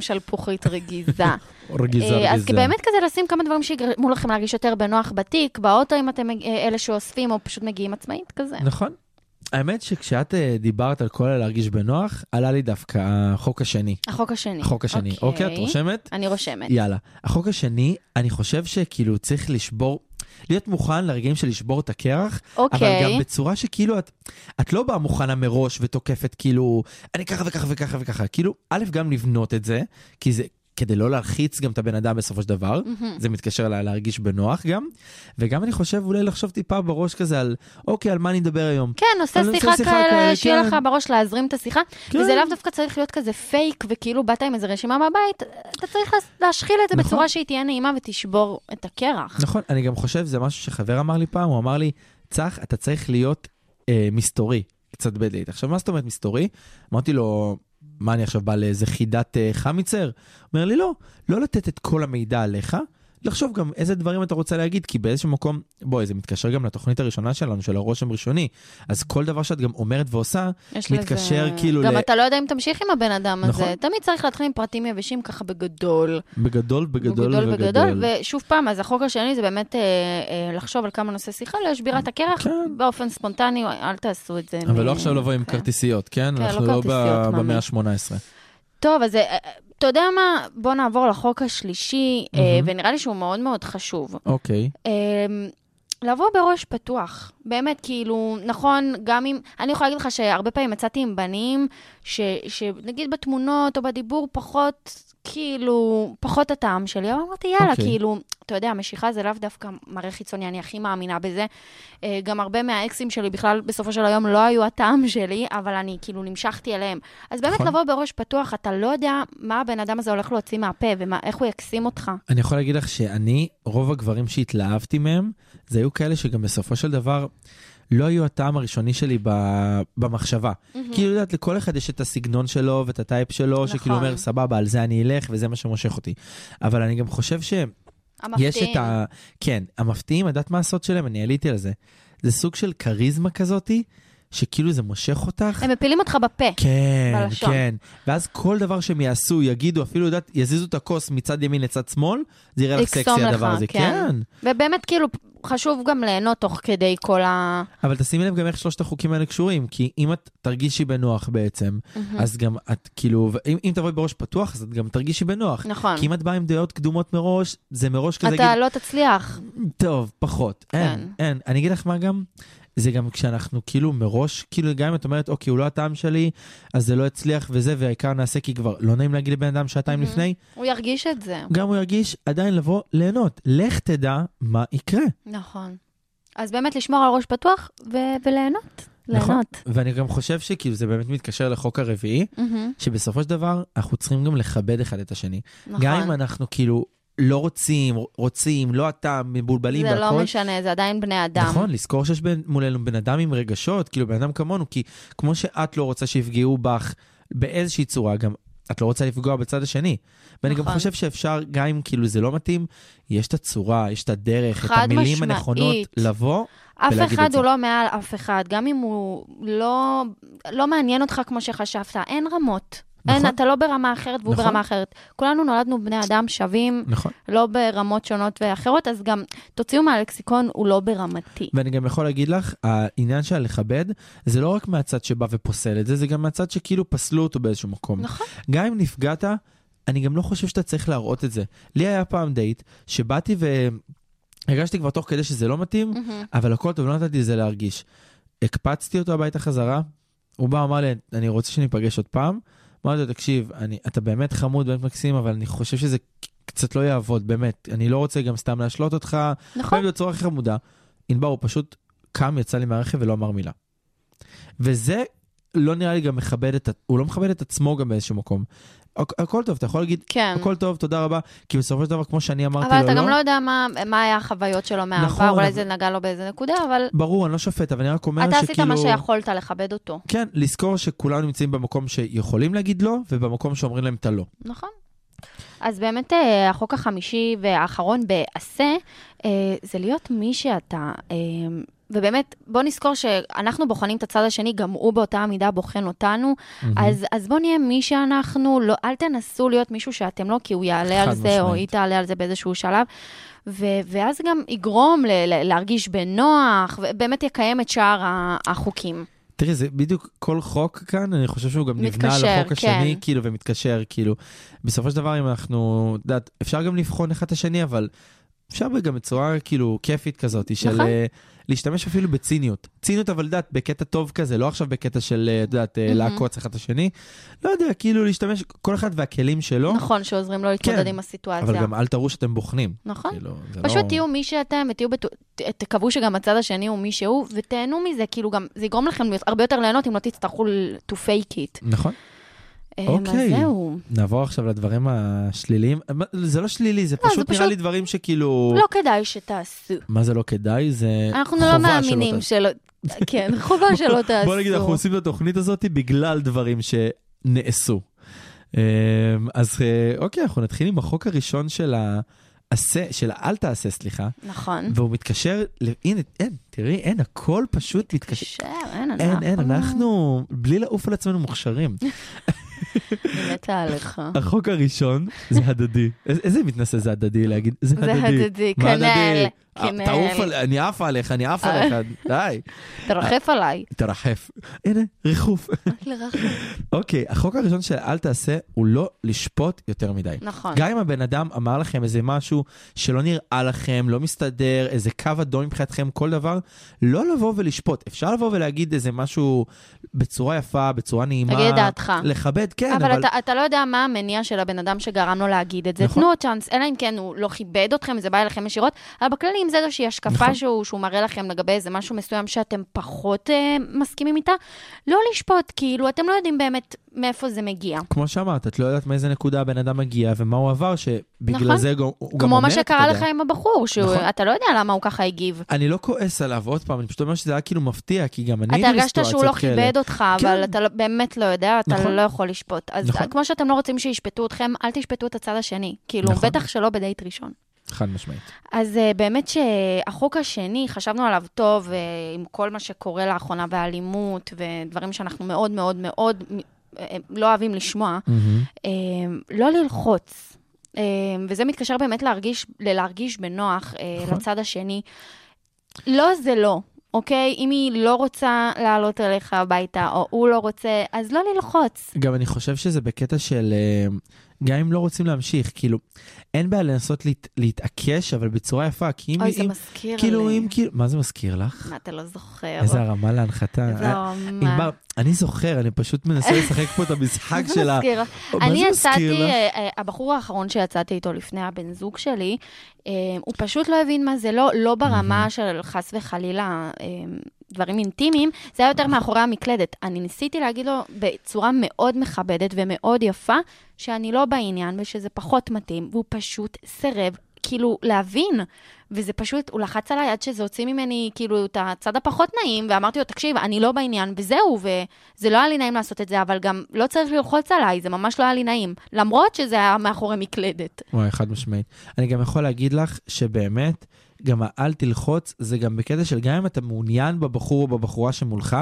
Speaker 3: שלפוחית רגיזה.
Speaker 4: רגיזה,
Speaker 3: אה,
Speaker 4: רגיזה.
Speaker 3: אז באמת כזה לשים כמה דברים שיגרמו לכם להרגיש יותר בנוח בתיק, באוטו אם אתם אה, אלה שאוספים או פשוט מגיעים עצמאית כזה.
Speaker 4: נכון. האמת שכשאת אה, דיברת על כל הלהרגיש בנוח, עלה לי דווקא החוק השני.
Speaker 3: החוק השני.
Speaker 4: החוק השני. אוקיי, את רושמת?
Speaker 3: אני רושמת.
Speaker 4: יאללה. החוק השני, אני חושב שכאילו צריך לשבור, להיות מוכן לרגעים של לשבור את הקרח, אבל
Speaker 3: אוקיי.
Speaker 4: גם בצורה שכאילו את, את לא באה מוכנה מראש ותוקפת כאילו, אני ככה וככה וככה וככה. כאילו, א', גם לבנות את זה, כי זה... כדי לא להלחיץ גם את הבן אדם בסופו של דבר,
Speaker 3: מהמם.
Speaker 4: זה מתקשר לה, להרגיש בנוח גם, וגם אני חושב אולי לחשוב טיפה בראש כזה על, אוקיי, על מה אני אדבר היום.
Speaker 3: כן, עושה
Speaker 4: אני עושה
Speaker 3: שיחה
Speaker 4: שיחה כאלה,
Speaker 3: כאלה, שיהיה
Speaker 4: כן.
Speaker 3: לך בראש להזרים את השיחה,
Speaker 4: כן.
Speaker 3: וזה לאו דווקא צריך להיות כזה פייק, וכאילו באת עם איזה רשימה מהבית, אתה צריך להס- להשחיל את זה
Speaker 4: נכון.
Speaker 3: בצורה שהיא תהיה נעימה ותשבור את הקרח.
Speaker 4: נכון, אני גם חושב, זה משהו שחבר אמר לי פעם, הוא אמר לי, צח, אתה צריך להיות אה, מסתורי, קצת בדייט. עכשיו, מה זאת אומרת מסתורי? אמרתי לו, מה, אני עכשיו בא לאיזה חידת אה, חמיצר? הוא אומר לי, לא, לא לתת את כל המידע עליך. לחשוב גם איזה דברים אתה רוצה להגיד, כי באיזשהו מקום, בואי, זה מתקשר גם לתוכנית הראשונה שלנו, של הרושם ראשוני. אז כל דבר שאת גם אומרת ועושה,
Speaker 3: יש
Speaker 4: מתקשר
Speaker 3: לזה-
Speaker 4: כאילו ל-
Speaker 3: גם אתה לא יודע אם תמשיך עם הבן אדם
Speaker 4: נכון.
Speaker 3: הזה. תמיד צריך להתחיל עם פרטים יבשים ככה בגדול.
Speaker 4: בגדול, בגדול,
Speaker 3: בגדול בגדול, ושוב פעם, אז החוק השני זה באמת אה, אה, לחשוב על כמה נושאי שיחה, להשביר את הקרח
Speaker 4: כן.
Speaker 3: באופן ספונטני, אל תעשו את זה.
Speaker 4: אבל
Speaker 3: מ-
Speaker 4: לא עכשיו לבוא עם
Speaker 3: כן.
Speaker 4: כרטיסיות, כן?
Speaker 3: כן, לא
Speaker 4: אנחנו לא
Speaker 3: כרטיסיות, מאמי.
Speaker 4: במאה ה-18.
Speaker 3: טוב, אז אה, אה, אתה יודע מה? בוא נעבור לחוק השלישי, אה,
Speaker 4: מהמם.
Speaker 3: ונראה לי שהוא מאוד מאוד חשוב.
Speaker 4: אוקיי.
Speaker 3: אה, לבוא בראש פתוח, באמת, כאילו, נכון, גם אם, אני יכולה להגיד לך שהרבה פעמים מצאתי עם בנים, ש, שנגיד בתמונות או בדיבור פחות, כאילו, פחות הטעם שלי, אבל אמרתי, יאללה, okay.
Speaker 4: אוקיי.
Speaker 3: כאילו, אתה יודע, משיכה זה לאו דווקא מראה חיצוני, אני הכי מאמינה בזה. אה, גם הרבה מהאקסים שלי בכלל, בסופו של היום, לא היו הטעם שלי, אבל אני כאילו נמשכתי אליהם. אז באמת,
Speaker 4: נכון.
Speaker 3: לבוא בראש פתוח, אתה לא יודע מה הבן אדם הזה הולך להוציא מהפה, ואיך הוא יקסים אותך.
Speaker 4: אני יכול להגיד לך שאני, רוב הגברים שהתלהבתי מהם, זה היו כאלה שגם בסופו של דבר לא היו הטעם הראשוני שלי ב, במחשבה. Mm-hmm. כאילו, יודעת, לכל אחד יש את הסגנון שלו ואת הטייפ שלו, נכון. שכאילו
Speaker 3: נכון.
Speaker 4: אומר, סבבה, על זה אני אלך וזה מה שמושך אותי. אבל אני גם חושב שיש
Speaker 3: המפתיעים.
Speaker 4: את ה... כן, המפתיעים, את יודעת מה הסוד שלהם? אני עליתי על זה. זה סוג של כריזמה כזאתי, שכאילו זה מושך אותך.
Speaker 3: הם מפילים אותך בפה.
Speaker 4: כן,
Speaker 3: בלשון.
Speaker 4: כן. ואז כל דבר שהם יעשו, יגידו, אפילו יודעת, יזיזו את הכוס מצד ימין לצד שמאל, זה יראה לך סקסי
Speaker 3: יקסום לך,
Speaker 4: הדבר הזה.
Speaker 3: כן.
Speaker 4: כן.
Speaker 3: ובאמת, כאילו, חשוב גם ליהנות תוך כדי כל ה...
Speaker 4: אבל תשימי לב גם איך שלושת החוקים האלה קשורים, כי אם את תרגישי בנוח בעצם, אז גם את כאילו, אם, אם תבואי בראש פתוח, אז את גם תרגישי בנוח.
Speaker 3: נכון.
Speaker 4: כי אם את באה עם דעות קדומות מראש, זה מראש כזה,
Speaker 3: אתה
Speaker 4: להגיד,
Speaker 3: לא תצליח.
Speaker 4: טוב, פחות. אין,
Speaker 3: כן.
Speaker 4: אין. אני אגיד לך מה גם, זה גם כשאנחנו כאילו מראש, כאילו גם אם את אומרת, אוקיי, הוא לא הטעם שלי, אז זה לא יצליח וזה, והעיקר נעשה כי כבר לא נעים להגיד לבן אדם שעתיים
Speaker 3: Mhm.
Speaker 4: לפני,
Speaker 3: הוא ירגיש את זה.
Speaker 4: גם הוא ירגיש עדיין לבוא ליהנות. לך תדע מה יקרה.
Speaker 3: נכון. אז באמת לשמור על ראש פתוח ו- וליהנות.
Speaker 4: נכון.
Speaker 3: ליהנות.
Speaker 4: ואני גם חושב שכאילו זה באמת מתקשר לחוק הרביעי.
Speaker 3: מהמם,
Speaker 4: שבסופו של דבר אנחנו צריכים גם לכבד אחד את השני.
Speaker 3: נכון.
Speaker 4: נכון. גם אם אנחנו כאילו לא רוצים, רוצים, לא אתה, מבולבלים
Speaker 3: זה
Speaker 4: והכל.
Speaker 3: לא משנה, זה עדיין בני אדם.
Speaker 4: נכון, לזכור שיש בין, מולנו בן אדם עם רגשות, כאילו בן אדם כמונו, כי כמו שאת לא רוצה שיפגעו בך באיזושהי צורה, גם את לא רוצה לפגוע בצד השני. ואני גם
Speaker 3: נכון.
Speaker 4: חושב שאפשר, גם אם כאילו זה לא מתאים, יש את הצורה, יש את הדרך, את
Speaker 3: חד
Speaker 4: המילים
Speaker 3: משמעית.
Speaker 4: הנכונות לבוא.
Speaker 3: אף
Speaker 4: ולהגיד
Speaker 3: אחד
Speaker 4: את זה.
Speaker 3: הוא לא מעל אף אחד, גם אם הוא לא, לא מעניין אותך כמו שחשבת, אין רמות.
Speaker 4: נכון.
Speaker 3: אין, אתה לא ברמה אחרת והוא
Speaker 4: נכון.
Speaker 3: ברמה אחרת. כולנו נולדנו בני אדם שווים,
Speaker 4: נכון.
Speaker 3: לא ברמות שונות ואחרות, אז גם תוציאו מהלקסיקון, הוא לא ברמתי.
Speaker 4: ואני גם יכול להגיד לך, העניין של לכבד, זה לא רק מהצד שבא ופוסל את זה, זה גם מהצד שכאילו פסלו אותו באיזשהו מקום.
Speaker 3: נכון.
Speaker 4: גם אם נפגעת, אני גם לא חושב שאתה צריך להראות את זה. לי היה פעם דייט, שבאתי והרגשתי כבר תוך כדי שזה לא מתאים,
Speaker 3: מהמם.
Speaker 4: אבל הכל טוב, לא נתתי לזה להרגיש. הקפצתי אותו הביתה חזרה, הוא בא, אמר לי, אני רוצה שניפגש עוד פעם. אמרתי לו, תקשיב, אני, אתה באמת חמוד, באמת מקסים, אבל אני חושב שזה קצת לא יעבוד, באמת. אני לא רוצה גם סתם להשלות אותך,
Speaker 3: נכון.
Speaker 4: לפעמים בצורה הכי חמודה, ענבר הוא פשוט קם, יצא לי מהרכב ולא אמר מילה. וזה לא נראה לי גם מכבד את, ה- הוא לא מכבד את עצמו גם באיזשהו מקום. הכ- הכל טוב, אתה יכול להגיד,
Speaker 3: כן.
Speaker 4: הכל טוב, תודה רבה, כי בסופו של דבר, כמו שאני אמרתי לו,
Speaker 3: אבל אתה
Speaker 4: לא,
Speaker 3: גם לא יודע מה- מה היה החוויות שלו
Speaker 4: נכון,
Speaker 3: מהעבר, אולי
Speaker 4: אבל-
Speaker 3: זה נגע לו באיזה נקודה, אבל
Speaker 4: ברור, אני לא שופט, אבל אני רק אומר
Speaker 3: אתה
Speaker 4: שכאילו...
Speaker 3: עשית מה שיכולת לכבד אותו,
Speaker 4: כן, לזכור שכולנו נמצאים במקום שיכולים להגיד לא, ובמקום שאומרים להם לא. את הלא.
Speaker 3: נכון? אז באמת אה, החוק החמישי והאחרון בעשה, אה, זה להיות מי שאתה. אה, ובאמת, בוא נזכור שאנחנו בוחנים את הצד השני, גם הוא באותה המידה בוחן אותנו, אז, אז בואו נהיה מי שאנחנו, לא, אל תנסו להיות מישהו שאתם לא, כי הוא יעלה
Speaker 4: חד
Speaker 3: על זה, או
Speaker 4: משמעית.
Speaker 3: היא תעלה על זה באיזשהו שלב. ו- ואז גם יגרום ל- ל- להרגיש בנוח, ובאמת יקיים את שאר ה- החוקים.
Speaker 4: תראי, זה בדיוק כל חוק כאן, אני חושב שהוא גם נבנה על
Speaker 3: מתקשר,
Speaker 4: החוק השני,
Speaker 3: כן.
Speaker 4: כאילו, ומתקשר, כאילו. בסופו של דבר, אם אנחנו, את יודעת, אפשר גם לבחון אחד את השני, אבל אפשר גם בצורה, כאילו, כיפית כזאת, של
Speaker 3: נכון.
Speaker 4: אה, להשתמש אפילו בציניות. ציניות, אבל, את יודעת, בקטע טוב כזה, לא עכשיו בקטע של, אה, את יודעת, אה,
Speaker 3: מהמם.
Speaker 4: לעקוץ אחד את השני. לא יודע, כאילו, להשתמש, כל אחד והכלים שלו,
Speaker 3: נכון, שעוזרים לו להתמודד
Speaker 4: לא. כן,
Speaker 3: עם הסיטואציה.
Speaker 4: אבל גם אל תראו שאתם בוחנים.
Speaker 3: נכון?
Speaker 4: כאילו, זה לא...
Speaker 3: פשוט תהיו מי שאתם, ותהיו בטוח, תקוו שגם הצד השני הוא מי שהוא, ותהנו מזה, כאילו גם, זה יגרום לכם להיות- הרבה יותר ליהנות אם לא תצטרכו ל- to fake it.
Speaker 4: נכון.
Speaker 3: אה,
Speaker 4: אוקיי.
Speaker 3: אז זהו.
Speaker 4: נעבור עכשיו לדברים השליליים. מה- זה לא שלילי, זה
Speaker 3: זה
Speaker 4: פשוט נראה
Speaker 3: פשוט-
Speaker 4: לי דברים שכאילו...
Speaker 3: לא כדאי שתעשו.
Speaker 4: מה זה לא כדאי? זה
Speaker 3: אנחנו
Speaker 4: חובה
Speaker 3: לא
Speaker 4: שלא
Speaker 3: מאמינים
Speaker 4: תעשו.
Speaker 3: שלא... כן, חובה שלא תעשו.
Speaker 4: בוא נגיד, אנחנו עושים את התוכנית הזאת בגלל דברים שנעשו. אמ, אז אה, אוקיי, אנחנו נתחיל עם החוק הראשון של ה... עשה, של האל תעשה, סליחה,
Speaker 3: נכון.
Speaker 4: והוא מתקשר, ל- הנה, אין, תראי, אין, הכל פשוט מתקשר.
Speaker 3: קשה, אין, אה, אנחנו...
Speaker 4: אין, אין, אנחנו בלי לעוף על עצמנו מוכשרים.
Speaker 3: אני מתה עליך.
Speaker 4: החוק הראשון זה הדדי. איזה- איזה מתנשא זה הדדי להגיד? זה
Speaker 3: זה
Speaker 4: הדדי.
Speaker 3: הדדי,
Speaker 4: מה הדדי?
Speaker 3: כנ"ל.
Speaker 4: אה,
Speaker 3: כנ"ל.
Speaker 4: תעוף על... אני עף עליך, אני עף
Speaker 3: אה.
Speaker 4: עליך, די.
Speaker 3: תרחף עליי.
Speaker 4: תרחף. הנה, ריחוף. אה,
Speaker 3: לרחף.
Speaker 4: אוקיי, החוק הראשון של אל תעשה הוא לא לשפוט יותר מדי.
Speaker 3: נכון.
Speaker 4: גם אם הבן אדם אמר לכם איזה משהו שלא נראה לכם, לא מסתדר, איזה קו אדום מבחינתכם, כל דבר, לא לבוא ולשפוט. אפשר לבוא ולהגיד איזה משהו בצורה יפה, בצורה נעימה.
Speaker 3: תגיד את דעתך.
Speaker 4: לכבד, כן, אבל...
Speaker 3: אבל אתה- אתה לא יודע מה המניע של הבן אדם שגרם לו להגיד את זה.
Speaker 4: נכון.
Speaker 3: תנו עוד צ'אנס, אלא אם כן הוא לא כיבד אתכם, זה בא אליכם ישירות, אבל בכללי אם זה איזושהי
Speaker 4: נכון.
Speaker 3: השקפה שהוא שהוא מראה לכם לגבי איזה משהו מסוים שאתם פחות אה, מסכימים איתה, לא לשפוט, כאילו, אתם לא יודעים באמת מאיפה זה מגיע.
Speaker 4: כמו שאמרת, את לא יודעת מאיזה נקודה הבן אדם מגיע ומה הוא עבר, שבגלל
Speaker 3: נכון.
Speaker 4: זה גם- הוא גם
Speaker 3: כמו
Speaker 4: אומר...
Speaker 3: מה
Speaker 4: אתה
Speaker 3: שקרה
Speaker 4: יודע.
Speaker 3: לך עם הבחור,
Speaker 4: נכון.
Speaker 3: שאתה לא יודע למה הוא ככה הגיב.
Speaker 4: אני לא כועס עליו, עוד פעם, אני פשוט אומר שזה היה כאילו מפתיע, כי גם אני
Speaker 3: אתה
Speaker 4: הייתי
Speaker 3: הרגשת שהוא לא
Speaker 4: בסיטואציות כאלה.
Speaker 3: כיבד אותך,
Speaker 4: כן.
Speaker 3: אבל אתה לא- באמת לא יודע, אתה
Speaker 4: נכון.
Speaker 3: לא יכול לשפוט. אז
Speaker 4: נכון.
Speaker 3: כמו שאתם לא רוצים שישפטו אתכם, אל תשפטו את הצד השני. כאילו,
Speaker 4: נכון.
Speaker 3: בטח שלא בדייט ראשון.
Speaker 4: חד משמעית.
Speaker 3: אז אה, באמת שהחוק השני, חשבנו עליו טוב אה, עם כל מה שקורה לאחרונה באלימות ודברים שאנחנו מאוד מאוד מאוד אה, אה, לא אוהבים לשמוע, אה, לא ללחוץ. אה, וזה מתקשר באמת להרגיש, ללהרגיש בנוח אה,
Speaker 4: נכון.
Speaker 3: לצד השני. לא זה לא, אוקיי? אם היא לא רוצה לעלות אליך הביתה, או הוא לא רוצה, אז לא ללחוץ.
Speaker 4: גם אני חושב שזה בקטע של... אה, גם אם לא רוצים להמשיך, כאילו, אין בעיה לנסות להת, להתעקש, אבל בצורה יפה, כי אם...
Speaker 3: אוי, זה
Speaker 4: אם
Speaker 3: מזכיר
Speaker 4: כאילו,
Speaker 3: לי.
Speaker 4: אם כאילו... מה זה מזכיר לך?
Speaker 3: מה, אתה לא זוכר?
Speaker 4: איזה הרמה להנחתה.
Speaker 3: איזה
Speaker 4: אה,
Speaker 3: רמה.
Speaker 4: ענבר, אני זוכר, אני פשוט מנסה לשחק פה את המשחק
Speaker 3: מה זה
Speaker 4: של ה...
Speaker 3: מזכיר?
Speaker 4: מה זה מזכיר
Speaker 3: אני יצאתי,
Speaker 4: לך?
Speaker 3: אה, אה, הבחור האחרון שיצאתי איתו לפני הבן זוג שלי, אה, הוא פשוט לא הבין מה זה, לא, לא ברמה של חס וחלילה אה, דברים אינטימיים, זה היה יותר מאחורי המקלדת. אני ניסיתי להגיד לו בצורה מאוד מכבדת ומאוד יפה, שאני לא בעניין ושזה פחות מתאים, והוא פשוט סירב. כאילו, להבין, וזה פשוט, הוא לחץ עליי עד שזה הוציא ממני, כאילו, את הצד הפחות נעים, ואמרתי לו, תקשיב, אני לא בעניין, וזהו, וזה לא היה לי נעים לעשות את זה, אבל גם לא צריך ללחוץ עליי, זה ממש לא היה לי נעים. למרות שזה היה מאחורי מקלדת.
Speaker 4: וואי, חד משמעית. אני גם יכול להגיד לך שבאמת, גם האל תלחוץ, זה גם בקטע של גם אם אתה מעוניין בבחור או בבחורה שמולך,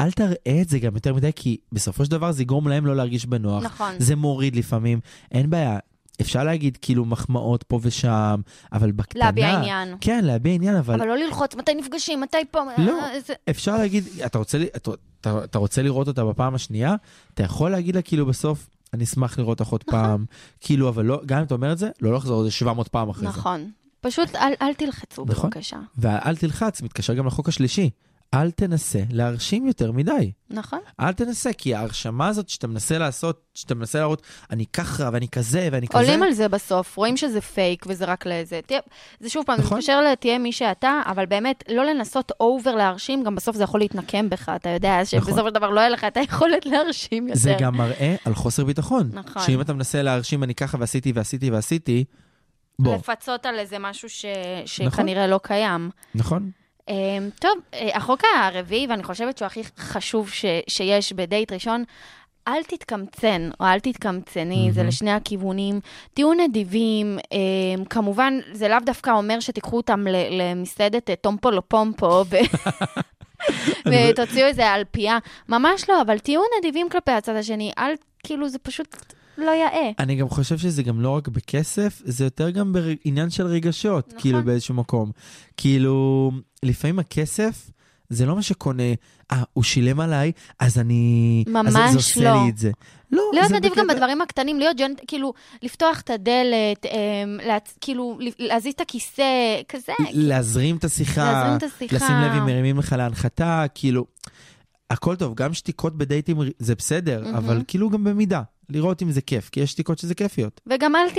Speaker 4: אל תראה את זה גם יותר מדי, כי בסופו של דבר זה יגרום להם לא להרגיש בנוח.
Speaker 3: נכון.
Speaker 4: זה מוריד לפעמים, אין בעיה. אפשר להגיד כאילו מחמאות פה ושם, אבל בקטנה...
Speaker 3: להביע עניין.
Speaker 4: כן, להביע עניין, אבל
Speaker 3: אבל לא ללחוץ, מתי נפגשים, מתי פה,
Speaker 4: לא.
Speaker 3: אה, זה-
Speaker 4: אפשר להגיד, אתה רוצה, ל- אתה, אתה, אתה רוצה לראות אותה בפעם השנייה, אתה יכול להגיד לה כאילו בסוף, אני אשמח לראות אותך עוד
Speaker 3: נכון.
Speaker 4: פעם, כאילו, אבל לא, גם אם אתה אומר את זה, לא לחזור על זה 700 פעם אחרי זה.
Speaker 3: נכון. פשוט אל אל תלחצו,
Speaker 4: נכון.
Speaker 3: בבקשה.
Speaker 4: והאל תלחץ מתקשר גם לחוק השלישי. אל תנסה להרשים יותר מדי.
Speaker 3: נכון?
Speaker 4: אל תנסה, כי ההרשמה הזאת שאתה מנסה לעשות, שאתה מנסה להראות, אני ככה ואני כזה ואני כזה,
Speaker 3: עולים על זה בסוף, רואים שזה פייק וזה רק לאיזה... תהיה- זה שוב פעם, זה
Speaker 4: נכון.
Speaker 3: מתקשר לתהיה מי שאתה, אבל באמת, לא לנסות אובר להרשים, גם בסוף זה יכול להתנקם בך, אתה יודע, שבסופו של דבר לא יהיה לך את היכולת להרשים יותר.
Speaker 4: נכון. זה גם מראה על חוסר ביטחון.
Speaker 3: נכון.
Speaker 4: שאם אתה מנסה להרשים, אני ככה ועשיתי ועשיתי ועשיתי, בוא,
Speaker 3: לפצות על איזה משהו ש... שכנראה לא קיים.
Speaker 4: נכון?
Speaker 3: אמ, טוב, אה, החוק הרביעי, ואני חושבת שהוא הכי חשוב ש... שיש בדייט ראשון, אל תתקמצן, או אל תתקמצני, זה לשני הכיוונים. תהיו נדיבים, אמ, כמובן, זה לאו דווקא אומר שתיקחו אותם ל- למסעדת אה, טומפו לא פומפו, ו- ותוציאו איזה אלפייה. ממש לא, אבל תהיו נדיבים כלפי הצד השני, אל, כאילו, זה פשוט לא יאה.
Speaker 4: אני גם חושב שזה גם לא רק בכסף, זה יותר גם בעניין של רגשות,
Speaker 3: נכון.
Speaker 4: נכון. כאילו באיזשהו מקום. כאילו, לפעמים הכסף זה לא מה שקונה, אה, הוא שילם עליי, אז אני...
Speaker 3: ממש
Speaker 4: אז זה עושה
Speaker 3: לא.
Speaker 4: לי את זה. לא,
Speaker 3: להיות
Speaker 4: זה
Speaker 3: נדיב גם
Speaker 4: בקטע-
Speaker 3: בדברים הקטנים, להיות ג'נט, כאילו, לפתוח את הדלת, אמ, להצ- כאילו, להזיז את הכיסא, כזה.
Speaker 4: להזרים את השיחה.
Speaker 3: להזרים את השיחה.
Speaker 4: לשים לב אם מרימים לך להנחתה, כאילו... הכל טוב, גם שתיקות בדייטים זה בסדר,
Speaker 3: מהמם.
Speaker 4: אבל כאילו גם במידה. לראות אם זה כיף, כי יש שתיקות שזה כיפיות.
Speaker 3: וגם אל ת...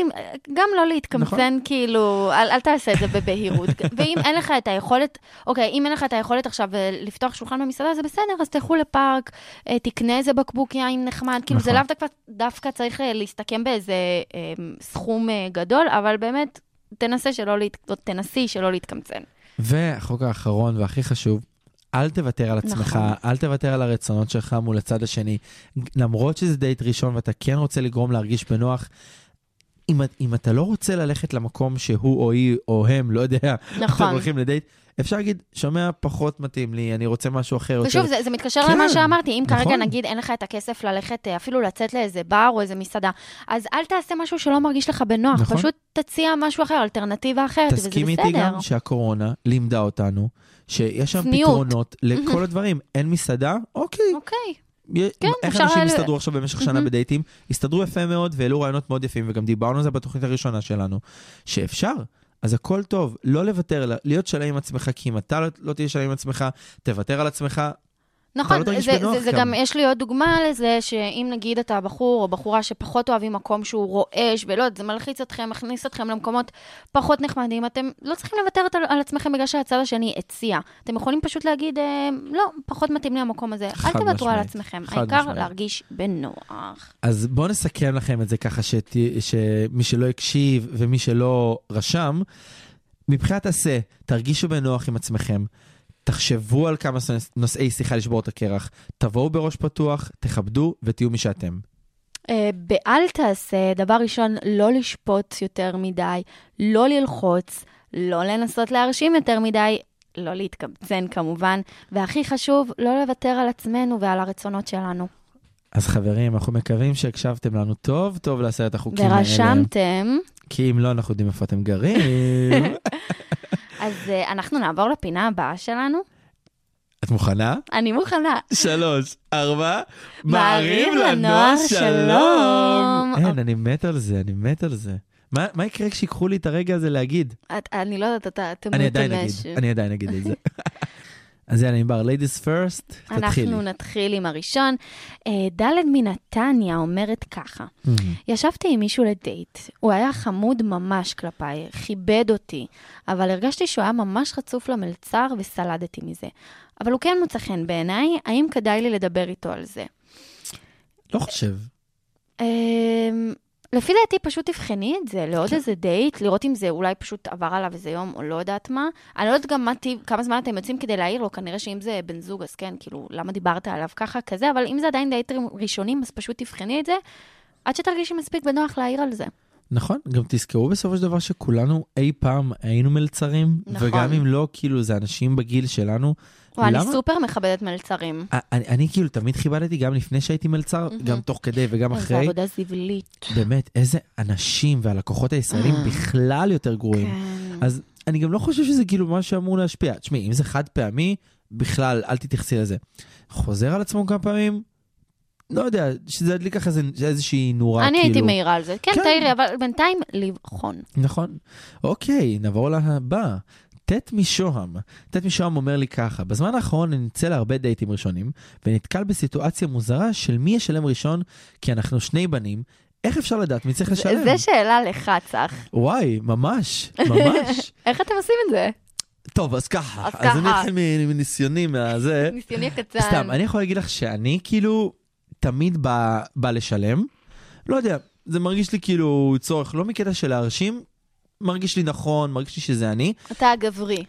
Speaker 3: גם לא להתקמצן,
Speaker 4: נכון.
Speaker 3: כאילו, אל, אל תעשה את זה בבהירות. ואם אין לך את היכולת, אוקיי, אם אין לך את היכולת עכשיו אה, לפתוח שולחן במסעדה, זה בסדר, אז תלכו לפארק, אה, תקנה איזה בקבוק יין נחמד. כאילו, זה לאו
Speaker 4: נכון.
Speaker 3: דווקא, דווקא צריך אה, להסתכם באיזה אה, סכום אה, גדול, אבל באמת, תנסה שלא להת... או תנסי שלא להתקמצן.
Speaker 4: והחוק האחרון והכי חשוב, אל תוותר על עצמך,
Speaker 3: נכון.
Speaker 4: אל תוותר על הרצונות שלך מול הצד השני. למרות שזה דייט ראשון ואתה כן רוצה לגרום להרגיש בנוח, אם, אם אתה לא רוצה ללכת למקום שהוא או היא או הם, לא יודע, אתם
Speaker 3: נכון.
Speaker 4: הולכים לדייט, אפשר להגיד, שומע, פחות מתאים לי, אני רוצה משהו אחר.
Speaker 3: ושוב,
Speaker 4: יותר...
Speaker 3: זה, זה מתקשר
Speaker 4: כן,
Speaker 3: למה שאמרתי, אם כרגע
Speaker 4: נכון.
Speaker 3: נגיד אין לך את הכסף ללכת, אה, אפילו לצאת לאיזה בר או איזה מסעדה, אז אל תעשה משהו שלא מרגיש לך בנוח,
Speaker 4: נכון.
Speaker 3: פשוט תציע משהו אחר, אלטרנטיבה אחרת, וזה
Speaker 4: תסכים איתי
Speaker 3: בסדר.
Speaker 4: גם שהקורונה לימדה אותנו שיש שם
Speaker 3: צניעות.
Speaker 4: פתרונות לכל הדברים. אין מסעדה, אוקיי.
Speaker 3: אוקיי,
Speaker 4: יה-
Speaker 3: כן,
Speaker 4: איך
Speaker 3: אפשר
Speaker 4: אנשים
Speaker 3: היה ל-
Speaker 4: הסתדרו עכשיו במשך שנה בדייטים? הסתדרו יפה מאוד והעלו רעיונות מאוד יפים, וגם דיברנו על זה בתוכנית הראשונה שלנו, שאפשר. אז הכל טוב, לא לוותר, לה- להיות שלם עם עצמך, כי אם אתה לא- לא תהיה שלם עם עצמך, תוותר על עצמך,
Speaker 3: נכון,
Speaker 4: לא תרגיש
Speaker 3: זה,
Speaker 4: בנוח
Speaker 3: זה, זה
Speaker 4: גם.
Speaker 3: גם, יש לי עוד דוגמה לזה, שאם נגיד אתה בחור או בחורה שפחות אוהבים מקום שהוא רועש, ולא יודעת, זה מלחיץ אתכם, מכניס אתכם למקומות פחות נחמדים, אתם לא צריכים לוותר על, על עצמכם בגלל שהצד השני הציע. אתם יכולים פשוט להגיד, אה, לא, פחות מתאים לי המקום הזה. אל
Speaker 4: חד
Speaker 3: תוותרו על
Speaker 4: משמעית,
Speaker 3: עצמכם,
Speaker 4: חד
Speaker 3: העיקר
Speaker 4: משמעית.
Speaker 3: להרגיש בנוח.
Speaker 4: אז בואו נסכם לכם את זה ככה, שת... שמי שלא הקשיב ומי שלא רשם, מבחינת עשה, תרגישו בנוח עם עצמכם, תחשבו על כמה נושאי שיחה לשבור את הקרח, תבואו בראש פתוח, תכבדו ותהיו מי שאתם.
Speaker 3: אה, באל תעשה, דבר ראשון, לא לשפוט יותר מדי, לא ללחוץ, לא לנסות להרשים יותר מדי, לא להתקמצן כמובן, והכי חשוב, לא לוותר על עצמנו ועל הרצונות שלנו.
Speaker 4: אז חברים, אנחנו מקווים שהקשבתם לנו טוב טוב לעשרת החוקים האלה.
Speaker 3: ורשמתם,
Speaker 4: כי אם לא, אנחנו יודעים איפה אתם גרים.
Speaker 3: אז אה, אנחנו נעבור לפינה הבאה שלנו.
Speaker 4: את מוכנה?
Speaker 3: אני מוכנה.
Speaker 4: שלוש, ארבע,
Speaker 3: מעריב לנוער שלום.
Speaker 4: אין, אני מת על זה, אני מת על זה. מה- מה יקרה כשיקחו לי את הרגע הזה להגיד?
Speaker 3: את- אני לא יודעת, אתה תמות
Speaker 4: אני עדיין אגיד, אני עדיין אגיד את זה. אז יאללה, נדבר, ladies first, תתחילי.
Speaker 3: אנחנו נתחיל עם הראשון. אה, ד' מנתניה אומרת ככה: ישבתי עם מישהו לדייט, הוא היה חמוד ממש כלפיי, כיבד אותי, אבל הרגשתי שהוא היה ממש חצוף למלצר וסלדתי מזה. אבל הוא כן מוצא חן בעיניי, האם כדאי לי לדבר איתו על זה?
Speaker 4: לא חושב.
Speaker 3: אמ, לפי דעתי פשוט תבחני את זה לעוד איזה דייט, לראות אם זה אולי פשוט עבר עליו איזה יום או לא יודעת מה. אני לא יודעת גם מה טיב, כמה זמן אתם יוצאים כדי להעיר לו, כנראה שאם זה בן זוג אז כן, כאילו, למה דיברת עליו ככה, כזה, אבל אם זה עדיין דייט ראשונים, אז פשוט תבחני את זה, עד שתרגישי מספיק בנוח להעיר על זה.
Speaker 4: נכון, גם תזכרו בסופו של דבר שכולנו אי פעם היינו מלצרים,
Speaker 3: נכון.
Speaker 4: וגם אם לא, כאילו, זה אנשים בגיל שלנו.
Speaker 3: וואי, אני
Speaker 4: למה-
Speaker 3: סופר מכבדת מלצרים.
Speaker 4: א- אני, אני כאילו תמיד כיבדתי, גם לפני שהייתי מלצר, גם תוך כדי וגם
Speaker 3: איזה
Speaker 4: אחרי.
Speaker 3: עבודה זבלית.
Speaker 4: באמת, איזה אנשים והלקוחות הישראלים
Speaker 3: אה.
Speaker 4: בכלל יותר גרועים.
Speaker 3: כן.
Speaker 4: אז אני גם לא חושב שזה כאילו מה שאמור להשפיע. תשמעי, אם זה חד פעמי, בכלל, אל תתייחסי לזה. חוזר על עצמו כמה פעמים, לא יודע, שזה ידליק לך איזה, איזושהי נורה,
Speaker 3: אני
Speaker 4: כאילו.
Speaker 3: הייתי מעירה על זה. כן,
Speaker 4: כן.
Speaker 3: תעירי, אבל בינתיים לבחון.
Speaker 4: נכון. אוקיי, נעבור להבא. ט' משוהם. ט' משוהם אומר לי ככה, בזמן האחרון אני נצא להרבה דייטים ראשונים, ונתקל בסיטואציה מוזרה של מי ישלם ראשון, כי אנחנו שני בנים, איך אפשר לדעת מי צריך לשלם?
Speaker 3: זה שאלה לך, צח.
Speaker 4: וואי, ממש, ממש.
Speaker 3: איך אתם עושים את זה?
Speaker 4: טוב, אז ככה.
Speaker 3: אז
Speaker 4: אז אני
Speaker 3: ככה.
Speaker 4: אתחיל מ- מניסיוני מהזה.
Speaker 3: ניסיוני הקצר.
Speaker 4: אה, סתם, אני יכול להגיד לך שאני כאילו תמיד בא, בא לשלם. לא יודע, זה מרגיש לי כאילו צורך, לא מקטע של להרשים, מרגיש לי נכון, מרגיש לי שזה אני,
Speaker 3: אתה הגברי.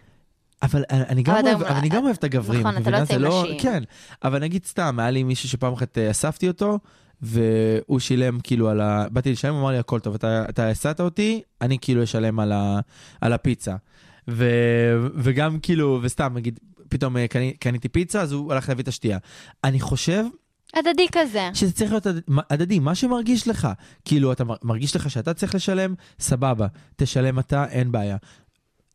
Speaker 4: אבל אני- אני גם
Speaker 3: אבל אתה
Speaker 4: אוהב,
Speaker 3: גם-
Speaker 4: אבל אני גם אוהב את הגברים.
Speaker 3: נכון, אתה לא
Speaker 4: מבינה?
Speaker 3: יוצא
Speaker 4: זה
Speaker 3: עם נשים.
Speaker 4: כן, אבל נגיד סתם, היה לי מישהו שפעם אחת אה, אספתי אותו, והוא שילם כאילו על ה... באתי לשלם, הוא אמר לי, הכל טוב, אתה, אתה הסעת אותי, אני כאילו אשלם על, ה... על הפיצה. ו... וגם כאילו, וסתם, נגיד, פתאום אה, קני- קניתי פיצה, אז הוא הלך להביא את השתייה. אני חושב
Speaker 3: הדדי כזה.
Speaker 4: שזה צריך להיות הדד- מה- הדדי, מה שמרגיש לך. כאילו, אתה מר- מרגיש לך שאתה צריך לשלם, סבבה, תשלם אתה, אין בעיה.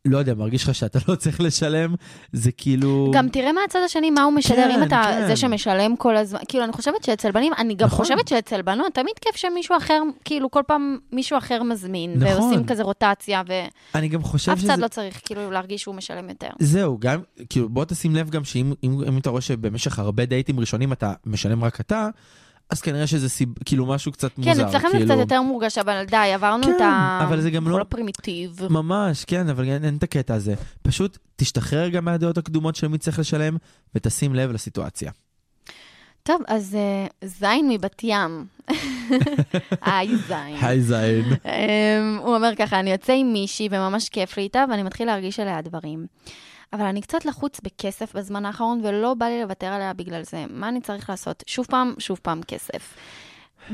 Speaker 4: לא יודע, מרגיש לך שאתה לא צריך לשלם, זה כאילו...
Speaker 3: גם תראה מה הצד השני, מה הוא משדר,
Speaker 4: כן,
Speaker 3: אם אתה
Speaker 4: כן.
Speaker 3: זה שמשלם כל הזמן, כאילו, אני חושבת שאצל בנים, אני גם
Speaker 4: נכון.
Speaker 3: חושבת שאצל בנות, תמיד כיף שמישהו אחר, כאילו, כל פעם מישהו אחר מזמין,
Speaker 4: נכון.
Speaker 3: ועושים כזה רוטציה, ואף
Speaker 4: אני גם חושב שזה...
Speaker 3: צד לא צריך, כאילו, להרגיש שהוא משלם יותר.
Speaker 4: זהו, גם, כאילו, בוא תשים לב גם שאם אם, אם אתה רואה שבמשך הרבה דייטים ראשונים אתה משלם רק אתה, אז כנראה שזה סיב... כאילו משהו קצת מוזר.
Speaker 3: כן, אצלכם זה
Speaker 4: כאילו...
Speaker 3: קצת יותר מורגש, אבל די, עברנו
Speaker 4: כן,
Speaker 3: את ה...
Speaker 4: אבל זה גם
Speaker 3: כל
Speaker 4: לא-
Speaker 3: הפרימיטיב.
Speaker 4: ממש, כן, אבל אין, אין את הקטע הזה. פשוט תשתחרר גם מהדעות הקדומות של מי צריך לשלם, ותשים לב לסיטואציה.
Speaker 3: טוב, אז אה, זין מבת ים. היי זין.
Speaker 4: היי זין.
Speaker 3: אמ, הוא אומר ככה, אני יוצא עם מישהי וממש כיף לי איתה, ואני מתחיל להרגיש עליה דברים. אבל אני קצת לחוץ בכסף בזמן האחרון, ולא בא לי לוותר עליה בגלל זה. מה אני צריך לעשות? שוב פעם, שוב פעם כסף.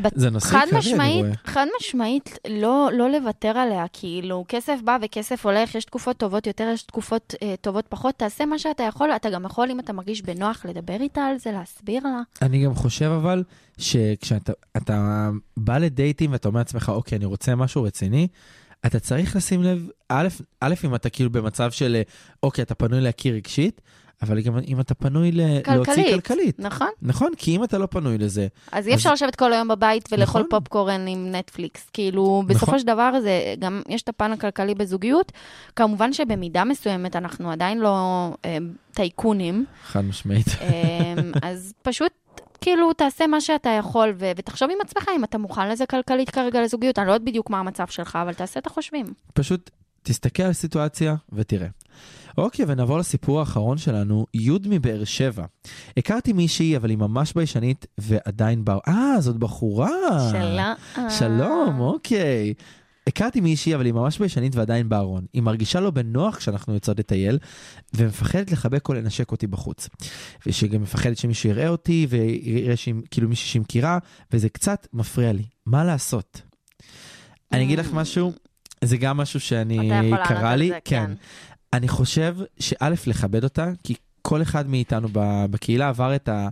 Speaker 3: בת-
Speaker 4: זה נושא
Speaker 3: חד
Speaker 4: עיקרי, אני
Speaker 3: משמעית,
Speaker 4: רואה.
Speaker 3: חד משמעית, לא, לא לוותר עליה, כאילו, כסף בא וכסף הולך, יש תקופות טובות יותר, יש תקופות אה, טובות פחות, תעשה מה שאתה יכול, אתה גם יכול, אם אתה מרגיש בנוח, לדבר איתה על זה, להסביר לה.
Speaker 4: אני גם חושב אבל שכשאתה אתה בא לדייטים ואתה אומר לעצמך, אוקיי, אני רוצה משהו רציני, אתה צריך לשים לב, א', א', אם אתה כאילו במצב של, אה, אוקיי, אתה פנוי להכיר רגשית, אבל גם אם אתה פנוי ל- להוציא כלכלית.
Speaker 3: נכון?
Speaker 4: נכון, כי אם אתה לא פנוי לזה,
Speaker 3: אז אי אפשר לשבת כל היום בבית ולאכול
Speaker 4: נכון.
Speaker 3: פופקורן עם נטפליקס. כאילו, בסופו
Speaker 4: נכון.
Speaker 3: של דבר, זה גם, יש את הפן הכלכלי בזוגיות. כמובן שבמידה מסוימת אנחנו עדיין לא אה, טייקונים,
Speaker 4: חד משמעית.
Speaker 3: אה, אז פשוט... כאילו, תעשה מה שאתה יכול, ו- ותחשוב עם עצמך אם אתה מוכן לזה כלכלית כרגע לזוגיות. אני לא יודעת בדיוק מה המצב שלך, אבל תעשה את החושבים.
Speaker 4: פשוט תסתכל על הסיטואציה ותראה. אוקיי, ונעבור לסיפור האחרון שלנו, י' מבאר שבע. הכרתי מישהי, אבל היא ממש ביישנית ועדיין בר... אה, זאת בחורה.
Speaker 3: שלום.
Speaker 4: שלום, אוקיי. הכרתי מישהי, אבל היא ממש ביישנית ועדיין בארון. היא מרגישה לא בנוח כשאנחנו יוצאות לטייל, ומפחדת לחבק או לנשק אותי בחוץ. ושהיא גם מפחדת שמישהו יראה אותי, ויראה שהיא, כאילו מישהי שהיא מכירה, וזה קצת מפריע לי. מה לעשות? אני אגיד לך משהו, זה גם משהו שאני,
Speaker 3: אה. אתה יכול לענות
Speaker 4: קרה
Speaker 3: על
Speaker 4: לי,
Speaker 3: זה, כן.
Speaker 4: אני חושב שא', לכבד אותה, כי כל אחד מאיתנו ב- בקהילה עבר את ה...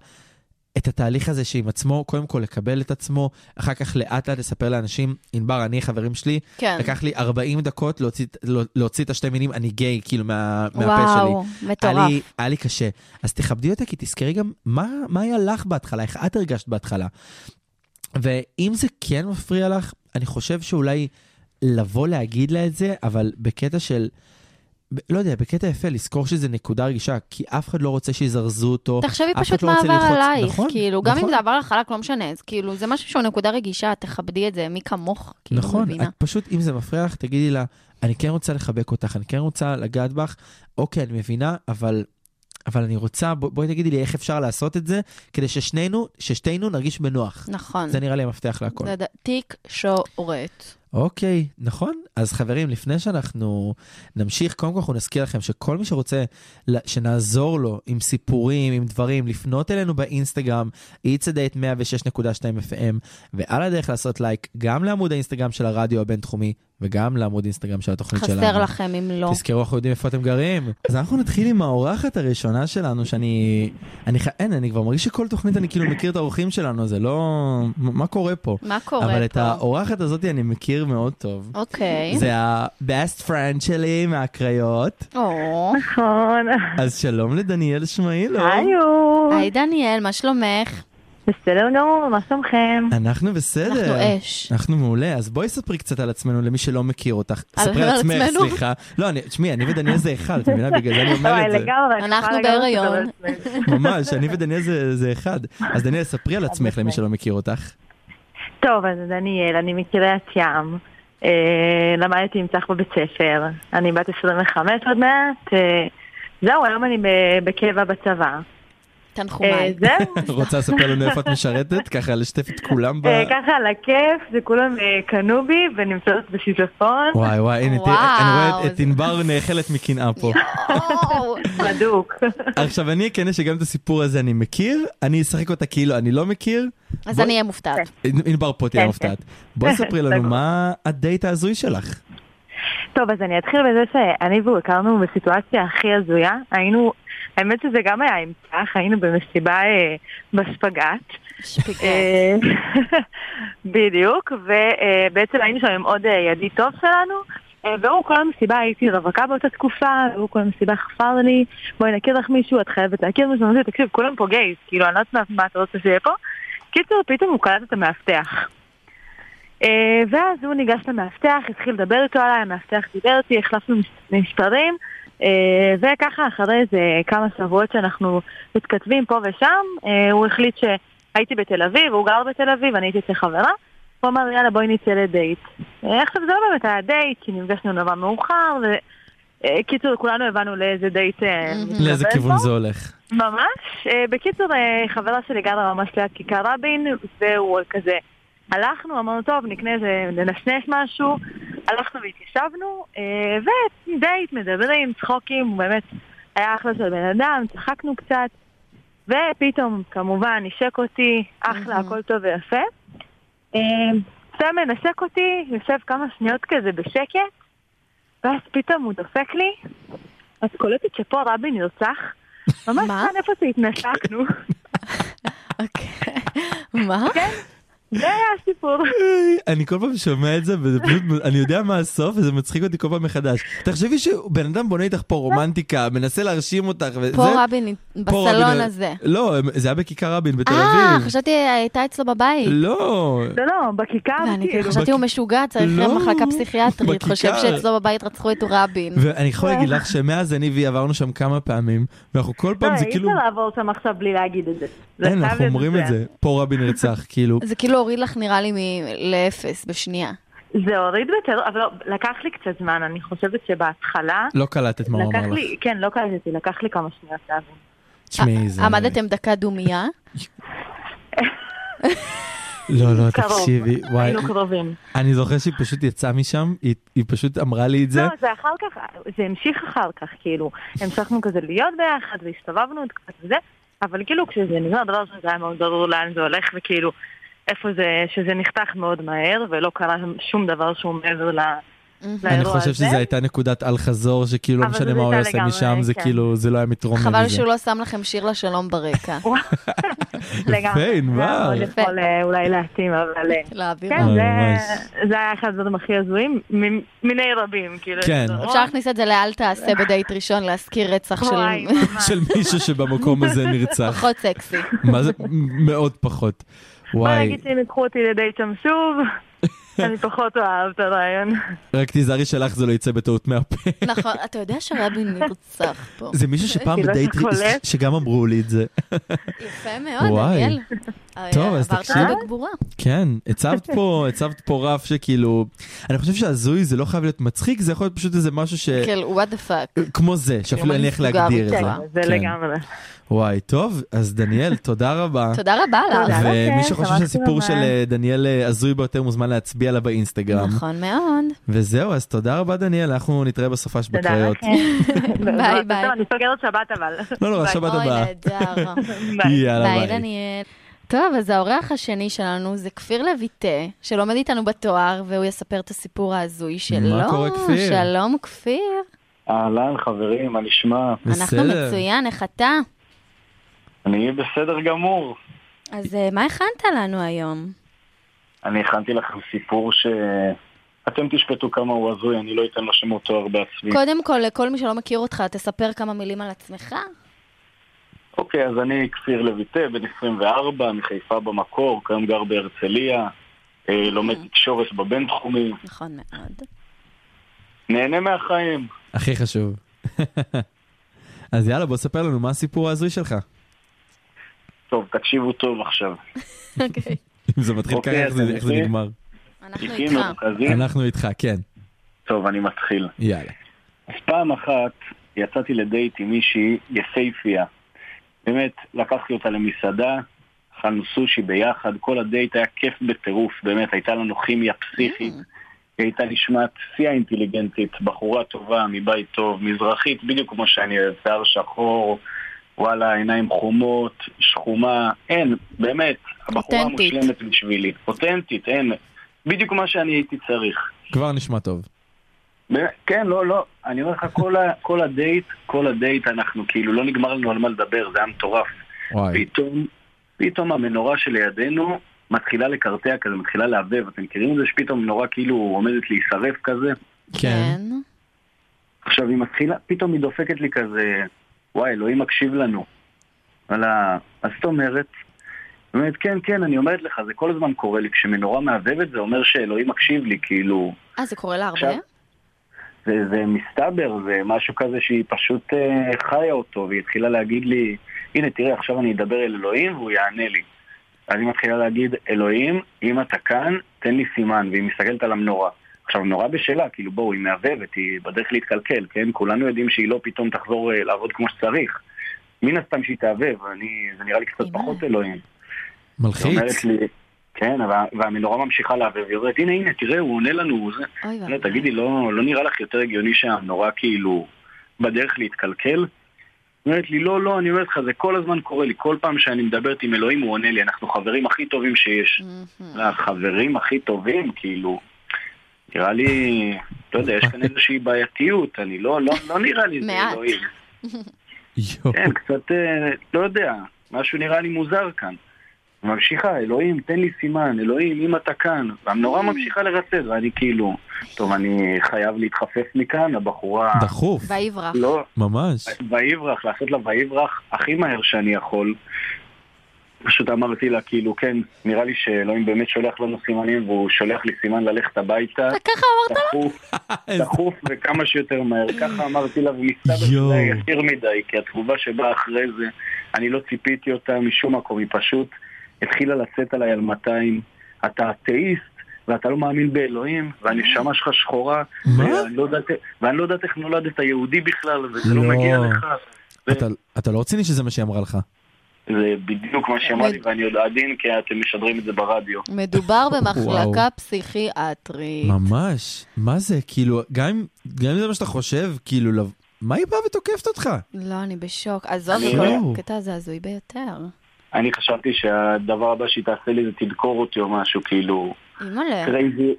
Speaker 4: את התהליך הזה שעם עצמו, קודם כל לקבל את עצמו, אחר כך לאט לאט לספר לאנשים, ענבר, אני, חברים שלי,
Speaker 3: כן.
Speaker 4: לקח לי 40 דקות להוציא, להוציא את השתי מילים, אני גיי, כאילו, מה, מהפה שלי.
Speaker 3: וואו,
Speaker 4: היה
Speaker 3: מטורף.
Speaker 4: לי, היה לי קשה. אז תכבדי אותה, כי תזכרי גם מה, מה היה לך בהתחלה, איך את הרגשת בהתחלה. ואם זה כן מפריע לך, אני חושב שאולי לבוא להגיד לה את זה, אבל בקטע של... ב- לא יודע, בקטע יפה, לזכור שזה נקודה רגישה, כי אף אחד לא רוצה שיזרזו אותו.
Speaker 3: תחשבי
Speaker 4: אף אחד
Speaker 3: פשוט
Speaker 4: לא
Speaker 3: מה
Speaker 4: רוצה
Speaker 3: עבר
Speaker 4: ללחוץ-
Speaker 3: עלייך,
Speaker 4: נכון,
Speaker 3: כאילו, גם אם
Speaker 4: נכון.
Speaker 3: זה עבר לך חלק, לא משנה, אז כאילו, זה משהו שהוא נקודה רגישה, תכבדי את זה, מי כמוך, כאילו,
Speaker 4: נכון,
Speaker 3: מבינה.
Speaker 4: את פשוט, אם זה מפריע לך, תגידי לה, אני כן רוצה לחבק אותך, אני כן רוצה לגעת בך, אוקיי, אני מבינה, אבל, אבל אני רוצה, בוא, בואי תגידי לי איך אפשר לעשות את זה, כדי ששנינו, ששתינו נרגיש בנוח. זה
Speaker 3: נכון.
Speaker 4: נכון. נראה לי המפתח להכל.
Speaker 3: זה ד- תקשורת.
Speaker 4: אוקיי, נכון. אז חברים, לפני שאנחנו נמשיך, קודם כל אנחנו נזכיר לכם שכל מי שרוצה ל- שנעזור לו עם סיפורים, עם דברים, לפנות אלינו באינסטגרם, it's a date 106.2 FM, ועל הדרך לעשות לייק גם לעמוד האינסטגרם של הרדיו הבינתחומי, וגם לעמוד אינסטגרם של התוכנית שלנו.
Speaker 3: חסר לכם אם לא.
Speaker 4: תזכרו, אנחנו יודעים איפה אתם גרים. אז אנחנו נתחיל עם האורחת הראשונה שלנו, שאני... אני ח... אין, אני כבר מרגיש שכל תוכנית אני כאילו מכיר את האורחים שלנו, זה לא... מה מה קורה פה?
Speaker 3: מה קורה פה?
Speaker 4: אבל את האורחת הזאת אני מכיר מאוד טוב.
Speaker 3: אוקיי.
Speaker 4: זה ה-best friend שלי מהקריות.
Speaker 3: או.
Speaker 5: נכון.
Speaker 4: אז שלום לדניאל שמעילוב.
Speaker 5: היו.
Speaker 3: היי דניאל, מה שלומך?
Speaker 5: בסדר גמור, מה שלומכם?
Speaker 4: אנחנו בסדר.
Speaker 3: אנחנו אש.
Speaker 4: אנחנו מעולה, אז בואי ספרי קצת על עצמנו למי שלא מכיר אותך.
Speaker 3: על-
Speaker 4: ספרי
Speaker 3: על
Speaker 4: על עצמך,
Speaker 3: עצמנו?
Speaker 4: סליחה. לא, אני- תשמעי, אני ודניאל זה אחד, את מבינה? בגלל זה אני אומר את
Speaker 5: וואי,
Speaker 4: זה.
Speaker 5: לגמרי, אני
Speaker 3: אנחנו
Speaker 5: יכולה לגמרי
Speaker 3: בהיריון.
Speaker 5: לדבר על עצמי.
Speaker 4: ממש, אני ודניאל זה, זה אחד. אז דניאל, ספרי על עצמך למי שלא מכיר אותך.
Speaker 5: טוב, אז דניאל, אני מקריית ים. אה, למדתי עם צח בבית ספר. אני בת 25 עוד מעט. אה, זהו, היום אני ב- בקבע בצבא.
Speaker 3: Oh
Speaker 5: אה,
Speaker 3: תנחומיי.
Speaker 5: זהו.
Speaker 4: רוצה לספר לנו איפה את משרתת? ככה לשתף את כולם ב...
Speaker 5: אה, ככה על הכיף, זה כולם אה, קנו בי ונמצאות בשיזפון.
Speaker 4: וואי וואי, הנה, תראה,
Speaker 3: וואו,
Speaker 4: אני רואה את- את
Speaker 3: זה-
Speaker 4: ענבר נאכלת מקנאה פה.
Speaker 3: יואו.
Speaker 5: בדוק.
Speaker 4: עכשיו, אני אכנס שגם את הסיפור הזה אני מכיר, אני אשחק אותה כאילו אני לא מכיר.
Speaker 3: אז
Speaker 4: בואי-
Speaker 3: אני אהיה מופתעת.
Speaker 5: אה,
Speaker 4: ענבר פה תהיה
Speaker 5: כן,
Speaker 4: מופתעת. בואי ספרי לנו
Speaker 5: סגור.
Speaker 4: מה הדייט ההזוי שלך.
Speaker 5: טוב, אז אני אתחיל בזה שאני והוא הכרנו בסיטואציה הכי הזויה. היינו, האמת שזה גם היה עם צח, היינו במסיבה אה, בספגט.
Speaker 3: שפיגל.
Speaker 5: אה, בדיוק, ובעצם היינו שם עם עוד אה, ידיד טוב שלנו. אה, והוא כל המסיבה, הייתי רווקה באותה תקופה, והוא כל המסיבה חפר לי, בואי נכיר לך מישהו, את חייבת להכיר מישהו, אמרתי, תקשיב, כולם פה גייז, כאילו, אני לא יודעת מה- מה אתה רוצה שיהיה פה. קיצור, פתאום הוא קלט את המאבטח. אה, ואז הוא ניגש למאבטח, התחיל לדבר איתו עליי, המאבטח דיבר איתי, החלפנו מס- מספרים, אה, וככה אחרי איזה כמה שבועות שאנחנו מתכתבים פה ושם, אה, הוא החליט שהייתי בתל אביב, הוא גר בתל אביב, אני הייתי אצל חברה, הוא אמר יאללה בואי נצא לדייט. אה, עכשיו זה לא באמת היה דייט, כי נפגשנו נורא מאוחר, ו... אה, קיצור, כולנו הבנו לאיזה דייט... אה,
Speaker 3: Mhm.
Speaker 5: מתכוון
Speaker 4: לאיזה
Speaker 5: פה.
Speaker 4: כיוון זה הולך.
Speaker 5: ממש. אה, בקיצור, אה, חברה שלי גרה ממש ליד כיכר רבין, והוא כזה... הלכנו, אמרנו, טוב, נקנה איזה, ננשנש משהו. הלכנו והתיישבנו, אה, ודייט, מדברים, צחוקים, הוא באמת היה אחלה של בן אדם, צחקנו קצת, ופתאום, כמובן, נשק אותי, אחלה,
Speaker 3: מהמם.
Speaker 5: הכל טוב ויפה. אה, סתם מנשק אותי, יושב כמה שניות כזה בשקט, ואז פתאום הוא דופק לי, את קולטת שפה רבין נרצח? ממש לא.
Speaker 3: מה?
Speaker 5: כאן איפה שהתנשקנו.
Speaker 3: אוקיי. מה?
Speaker 5: כן. זה היה הסיפור.
Speaker 4: אני כל פעם שומע את זה, וזה פשוט, אני יודע מה הסוף, וזה מצחיק אותי כל פעם מחדש. תחשבי שבן אדם בונה איתך פה רומנטיקה, מנסה להרשים אותך, וזה...
Speaker 3: פה רבין,
Speaker 4: פה
Speaker 3: בסלון
Speaker 4: רבין-
Speaker 3: הזה.
Speaker 4: לא, הם- זה היה בכיכר רבין בתל
Speaker 3: אה,
Speaker 4: אביב.
Speaker 3: חשבתי הייתה אצלו בבית.
Speaker 4: לא,
Speaker 5: לא, לא, בכיכר,
Speaker 3: ואני כאילו
Speaker 5: כאילו.
Speaker 3: חשבתי הוא משוגע, צריך
Speaker 4: לא,
Speaker 3: מחלקה פסיכיאטרית.
Speaker 4: בכיכר.
Speaker 3: חושב שאצלו בבית רצחו את רבין.
Speaker 4: ואני יכול
Speaker 3: אה.
Speaker 4: להגיד לך שמאז אני והיא עברנו שם כמה פעמים, ואנחנו כל
Speaker 5: לא,
Speaker 3: אה,
Speaker 4: פעם זה
Speaker 5: אי
Speaker 4: כאילו...
Speaker 5: אפשר לעבור שם עכשיו בלי להגיד את זה. זה
Speaker 4: אין,
Speaker 5: חייב
Speaker 4: אנחנו
Speaker 5: להיות
Speaker 4: אומרים את
Speaker 5: מצוין.
Speaker 4: זה, פה רבין נרצח, כאילו.
Speaker 3: זה כאילו הוריד לך נראה לי מ- לאפס בשנייה.
Speaker 5: זה הוריד בטרור, אבל לא, לקח לי קצת זמן, אני חושבת שבהתחלה...
Speaker 4: לא קלטת מה הוא
Speaker 5: לקח
Speaker 4: אמר לך.
Speaker 5: לי, כן, לא קלטתי, לקח לי כמה שניות להבין.
Speaker 4: תשמעי, זה...
Speaker 3: עמדתם דקה דומייה?
Speaker 4: לא, לא,
Speaker 6: קרוב.
Speaker 4: תקשיבי, וואי.
Speaker 6: היינו קרובים.
Speaker 4: אני זוכר שהיא פשוט יצאה משם, היא- היא פשוט אמרה לי את זה.
Speaker 6: לא, זה אחר כך, זה המשיך אחר כך, כאילו. המשכנו כזה להיות ביחד, והסתובבנו עוד קצת וזה, אבל כאילו כשזה נגמר, דבר ראשון, זה היה מאוד ברור לאן זה הולך, וכאילו, איפה זה, שזה נחתך מאוד מהר, ולא קרה שום דבר שהוא מעבר ל... לאירוע
Speaker 4: אני חושב
Speaker 6: הזה.
Speaker 4: שזו הייתה נקודת אל-חזור, שכאילו לא
Speaker 6: לא אבל
Speaker 4: משנה
Speaker 6: זאת
Speaker 4: מה הוא
Speaker 6: הייתה
Speaker 4: יעשה משם,
Speaker 6: לגמרי,
Speaker 4: זה
Speaker 6: כן.
Speaker 4: כאילו, זה לא היה מתרום מזה.
Speaker 3: חבל שהוא לא שם לכם שיר לשלום ברקע.
Speaker 6: לגמרי.
Speaker 4: יפה, ענבר.
Speaker 6: זה היה מאוד
Speaker 3: יפה.
Speaker 6: יכול אה, אולי להתאים, אבל... אה,
Speaker 3: להעביר.
Speaker 6: כן,
Speaker 4: אה,
Speaker 6: זה-
Speaker 4: ממש.
Speaker 6: זה היה אחד הדברים הכי הזויים, מ- מיני רבים, כאילו.
Speaker 4: כן.
Speaker 6: יש לנו-
Speaker 3: אפשר להכניס את זה ל"אל תעשה בדייט ראשון", להזכיר רצח
Speaker 6: וואי,
Speaker 3: של...
Speaker 6: ממש.
Speaker 4: של מישהו שבמקום הזה נרצח.
Speaker 3: פחות סקסי.
Speaker 4: מה זה? מאוד פחות.
Speaker 6: בוא
Speaker 4: וואי,
Speaker 6: נגיד שהם ייקחו אותי לדייט שם שוב, אני פחות אוהב את הרעיון.
Speaker 4: רק תיזהרי שלך זה לא יצא בטעות מהפה.
Speaker 3: נכון, אתה יודע שרבין נרצח פה.
Speaker 4: זה מישהו שפעם
Speaker 6: כי לא
Speaker 4: בדייט,
Speaker 6: שקולט.
Speaker 4: שגם אמרו לי את זה.
Speaker 3: יפה מאוד,
Speaker 4: וואי.
Speaker 3: אריאל.
Speaker 4: טוב, אז תקשיב.
Speaker 3: עברת בגבורה.
Speaker 4: כן, הצבת פה, הצבת פה רף שכאילו, אני חושב שהזוי זה לא חייב להיות מצחיק, זה יכול להיות פשוט איזה משהו ש...
Speaker 6: כן.
Speaker 3: כאילו, וואט דה פאק.
Speaker 4: כמו זה, שאפילו
Speaker 3: כלומר,
Speaker 4: אין לי איך
Speaker 3: אני
Speaker 4: להגדיר את
Speaker 3: סוגה
Speaker 4: זה.
Speaker 3: בצבע,
Speaker 6: זה
Speaker 4: כן.
Speaker 6: לגמרי.
Speaker 4: וואי, טוב, אז דניאל, תודה רבה.
Speaker 3: תודה רבה לך.
Speaker 6: תודה.
Speaker 4: ומי
Speaker 6: אוקיי,
Speaker 4: שחושב
Speaker 6: שמחתי
Speaker 4: שהסיפור
Speaker 6: ממש.
Speaker 4: של אה, דניאל אה, הזוי ביותר מוזמן להצביע לה באינסטגרם.
Speaker 3: נכון מאוד.
Speaker 4: וזהו, אז תודה רבה דניאל, אנחנו נתראה בסופש
Speaker 6: תודה
Speaker 4: בקריות.
Speaker 6: לכם.
Speaker 3: ביי, ביי.
Speaker 6: טוב, אני סוגרת שבת אבל.
Speaker 4: לא, לא,
Speaker 6: ביי.
Speaker 4: השבת
Speaker 3: אוי,
Speaker 4: הבאה.
Speaker 3: נהדר.
Speaker 6: ביי.
Speaker 4: יאללה,
Speaker 3: ביי,
Speaker 4: ביי.
Speaker 3: דניאל. טוב, אז האורח השני שלנו זה כפיר לויטה, שלומד איתנו בתואר, והוא יספר את הסיפור ההזוי שלו.
Speaker 4: מה קורה, כפיר?
Speaker 3: שלום, כפיר.
Speaker 7: אהלן, חברים, מה נשמע?
Speaker 3: אנחנו
Speaker 4: בסדר.
Speaker 3: מצוין, איך אתה?
Speaker 7: אני בסדר גמור.
Speaker 3: אז אה, מה הכנת לנו היום?
Speaker 7: אני הכנתי לכם סיפור ש... אתם תשפטו כמה הוא הזוי, אני לא אתן לו שמות תואר בעצמי.
Speaker 3: קודם כל, לכל מי שלא מכיר אותך, תספר כמה מילים על עצמך.
Speaker 7: אוקיי, אז אני כפיר לויטה, בן 24, מחיפה במקור, כיום גר בהרצליה, אה, לומד
Speaker 3: אוקיי.
Speaker 7: תקשורת בבינתחומי,
Speaker 3: נכון מאוד.
Speaker 7: נהנה מהחיים.
Speaker 4: הכי חשוב. אז יאללה, בוא ספר לנו מה הסיפור ההזוי שלך.
Speaker 7: טוב, תקשיבו טוב עכשיו.
Speaker 3: אוקיי.
Speaker 4: אם זה מתחיל ככה,
Speaker 7: אוקיי,
Speaker 4: איך
Speaker 7: אז
Speaker 4: זה-
Speaker 7: אני
Speaker 4: איך זה
Speaker 7: מתחיל.
Speaker 4: נגמר.
Speaker 3: אנחנו
Speaker 7: תיקים
Speaker 3: איתך.
Speaker 7: מרוכזים.
Speaker 4: אנחנו איתך, כן.
Speaker 7: טוב, אני מתחיל.
Speaker 4: יאללה.
Speaker 7: אז פעם אחת יצאתי לדייט עם מישהי יפייפייה. באמת, לקחתי אותה למסעדה, אכלנו סושי ביחד, כל הדייט היה כיף בטירוף, באמת, הייתה לנו כימיה פסיכית. היא הייתה נשמעת שיא האינטליגנטית, בחורה טובה, מבית טוב, מזרחית, בדיוק כמו שאני אוהב, שיער שחור, וואלה, עיניים חומות, שחומה, אין, באמת, הבחורה
Speaker 3: אותנטית.
Speaker 7: המושלמת בשבילי. אותנטית, אין. בדיוק מה שאני הייתי צריך.
Speaker 4: כבר נשמע טוב.
Speaker 7: באמת, כן, לא, לא. אני אומר לך, כל, ה, כל הדייט, כל הדייט אנחנו כאילו, לא נגמר לנו על מה לדבר, זה היה מטורף.
Speaker 4: וואי.
Speaker 7: פתאום, פתאום המנורה שלידינו מתחילה לקרטע כזה, מתחילה לעבב. אתם מכירים את זה שפתאום מנורה כאילו עומדת להישרף כזה?
Speaker 4: כן.
Speaker 3: כן.
Speaker 7: עכשיו היא מתחילה, פתאום היא דופקת לי כזה, וואי, אלוהים מקשיב לנו. וואלה, מה זאת אומרת? היא אומרת, כן, כן, אני אומרת לך, זה כל הזמן קורה לי. כשמנורה מעבבת זה אומר שאלוהים מקשיב לי, כאילו,
Speaker 3: אה, זה קורה לה הרבה?
Speaker 7: עכשיו, זה, זה מסתבר, זה משהו כזה שהיא פשוט אה, חיה אותו, והיא התחילה להגיד לי, הנה תראה, עכשיו אני אדבר אל אלוהים והוא יענה לי. אז היא מתחילה להגיד, אלוהים, אם אתה כאן, תן לי סימן, והיא מסתכלת על המנורה. עכשיו, המנורה בשלה, כאילו, בואו, היא מעבבת, היא בדרך להתקלקל, כן? כולנו יודעים שהיא לא פתאום תחזור אה, לעבוד כמו שצריך. מן הסתם שהיא תעבב, אני, זה נראה לי קצת
Speaker 3: אימא.
Speaker 7: פחות אלוהים. היא
Speaker 4: מלחיץ.
Speaker 7: אומרת לי, כן, וה- והמנורה ממשיכה לעבב, היא אומרת, הנה, הנה, תראה, הוא עונה לנו, הוא זה...
Speaker 3: אוי ואבוי.
Speaker 7: לא, תגידי, לא, לא נראה לך יותר הגיוני שהמנורה כאילו בדרך להתקלקל? היא אומרת לי, לא, לא, אני אומרת לך, זה כל הזמן קורה לי. כל פעם שאני מדברת עם אלוהים, הוא עונה לי, אנחנו חברים הכי טובים שיש.
Speaker 3: מהמם.
Speaker 7: החברים הכי טובים, כאילו, נראה לי, לא יודע, יש כאן איזושהי בעייתיות, אני לא, לא, לא נראה לי זה
Speaker 3: מעט.
Speaker 7: אלוהים.
Speaker 4: יואו.
Speaker 7: כן, קצת, אה, לא יודע, משהו נראה לי מוזר כאן. ממשיכה, אלוהים, תן לי סימן, אלוהים, אם אתה כאן. והמנורה ממשיכה לרצד, ואני כאילו, טוב, אני חייב להתחפף מכאן, הבחורה...
Speaker 4: דחוף.
Speaker 3: ויברח.
Speaker 7: לא,
Speaker 4: ממש.
Speaker 7: ויברח, לעשות לה ויברח הכי מהר שאני יכול. פשוט אמרתי לה, כאילו, כן, נראה לי שאלוהים באמת שולח לנו סימנים, והוא שולח לי סימן ללכת הביתה.
Speaker 3: אתה ככה אמרת?
Speaker 7: דחוף, דחוף וכמה שיותר מהר. ככה אמרתי לה, ומסתבר
Speaker 4: יואו.
Speaker 7: שזה היה ישיר מדי, כי התגובה שבאה אחרי זה, אני לא ציפיתי אותה משום מקום, היא פשוט התחילה לצאת עליי על 200. אתה אתאיסט, ואתה לא מאמין באלוהים, והנשמה שלך שחורה,
Speaker 4: מה?
Speaker 7: ואני לא יודעת- ואני לא יודעת איך נולדת יהודי בכלל, וזה לא
Speaker 4: לא.
Speaker 7: מגיע לך.
Speaker 4: אתה- אתה לא רציני שזה מה שהיא אמרה לך.
Speaker 7: זה בדיוק מה שהיא אמרה לי, ואני עוד עדין, כי אתם משדרים את זה ברדיו.
Speaker 3: מדובר במחלקה
Speaker 4: וואו.
Speaker 3: פסיכיאטרית.
Speaker 4: ממש. מה זה? כאילו, גם אם גם אם זה מה שאתה חושב, כאילו, לב- מה היא באה ותוקפת אותך?
Speaker 3: לא, אני בשוק. עזוב,
Speaker 7: אני- לא.
Speaker 4: וואו.
Speaker 3: כל הקטע הזה הזוי ביותר.
Speaker 7: אני חשבתי שהדבר הבא שהיא תעשה לי זה תדקור אותי או משהו, כאילו,
Speaker 4: כן.
Speaker 3: אימא'לה.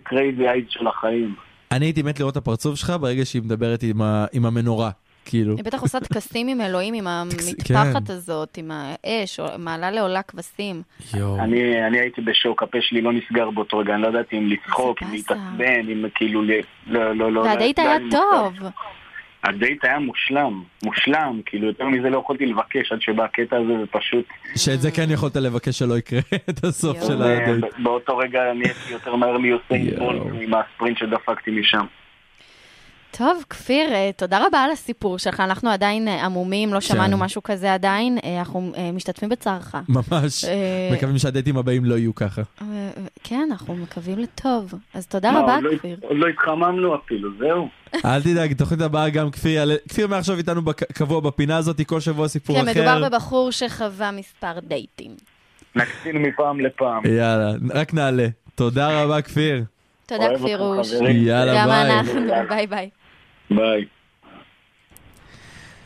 Speaker 7: קרייזי אייז של החיים.
Speaker 4: אני הייתי מת לראות את הפרצוף שלך ברגע שהיא מדברת עם ה- עם המנורה, כאילו.
Speaker 3: היא בטח עושה טקסים עם אלוהים, עם המטפחת
Speaker 7: כן.
Speaker 3: הזאת, עם האש, או- מעלה לעולה כבשים.
Speaker 4: יואו.
Speaker 7: אני, אני הייתי בשוק, הפה שלי לא נסגר באותו רגע, אני לא ידעתי אם לצחוק, אם
Speaker 3: באסה.
Speaker 7: להתעצבן, אם כאילו, ל- לא, לא, לא.
Speaker 3: והדייט
Speaker 7: לא,
Speaker 3: היה
Speaker 7: לא,
Speaker 3: טוב.
Speaker 7: הדייט היה מושלם, מושלם, כאילו יותר מזה לא יכולתי לבקש עד שבא הקטע הזה ופשוט
Speaker 4: שאת זה כן יכולת לבקש שלא יקרה את הסוף
Speaker 3: יואו.
Speaker 4: של
Speaker 3: אה,
Speaker 4: הדייט.
Speaker 7: ב- באותו רגע נהייתי יותר מהר מיוסיין
Speaker 4: יואו.
Speaker 7: בולט עם הספרינט שדפקתי משם.
Speaker 3: טוב, כפיר, אה, תודה רבה על הסיפור שלך. אנחנו עדיין אה, עמומים,
Speaker 7: כן.
Speaker 3: לא שמענו משהו כזה עדיין. אה, אנחנו אה, משתתפים בצערך.
Speaker 4: ממש.
Speaker 3: אה,
Speaker 4: מקווים שהדייטים הבאים לא יהו ככה.
Speaker 3: אה, כן, אנחנו מקווים לטוב. אז תודה
Speaker 7: מה,
Speaker 3: רבה,
Speaker 7: עוד לא-
Speaker 3: כפיר.
Speaker 7: עוד לא התחממנו אפילו, זהו.
Speaker 4: אל תדאג, תוכנית הבאה גם כפיר יעלה. כפיר מעכשיו איתנו בק- קבוע בפינה הזאת, כל שבוע סיפור
Speaker 3: כן,
Speaker 4: אחר.
Speaker 3: מדובר בבחור שחווה מספר דייטים.
Speaker 7: נקצין מפעם לפעם.
Speaker 4: יאללה, רק נעלה. תודה רבה, כפיר.
Speaker 3: תודה,
Speaker 7: אוהב
Speaker 3: כפיר
Speaker 7: אתכם,
Speaker 3: אוש.
Speaker 7: חברים.
Speaker 4: יאללה,
Speaker 3: גם
Speaker 4: ביי.
Speaker 3: אנחנו, ביי ביי.
Speaker 7: ביי.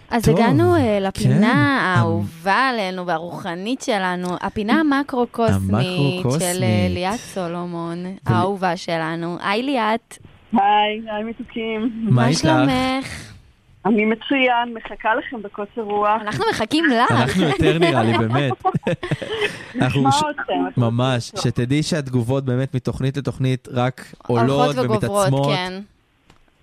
Speaker 3: אז
Speaker 4: טוב,
Speaker 3: הגענו אה, לפינה
Speaker 4: כן.
Speaker 3: האהובה עלינו והרוחנית שלנו, הפינה המקרו-קוסמית
Speaker 4: המקרו-קוסמית.
Speaker 3: של אה, ליאת סולומון, האהובה שלנו. היי ליאת,
Speaker 5: היי, היי מתוקים.
Speaker 4: מה
Speaker 3: מה
Speaker 4: איתך?
Speaker 3: שלומך?
Speaker 5: אני מצוין, מחכה לכם בקוצר רוח.
Speaker 3: אנחנו מחכים לך.
Speaker 4: אנחנו יותר נראה לי, באמת. אנחנו
Speaker 5: מה
Speaker 4: ש-
Speaker 5: אתם?
Speaker 4: ממש, שתדעי שהתגובות באמת מתוכנית לתוכנית רק עולות
Speaker 3: הולכות וגוברות,
Speaker 4: ומתעצמות.
Speaker 3: כן.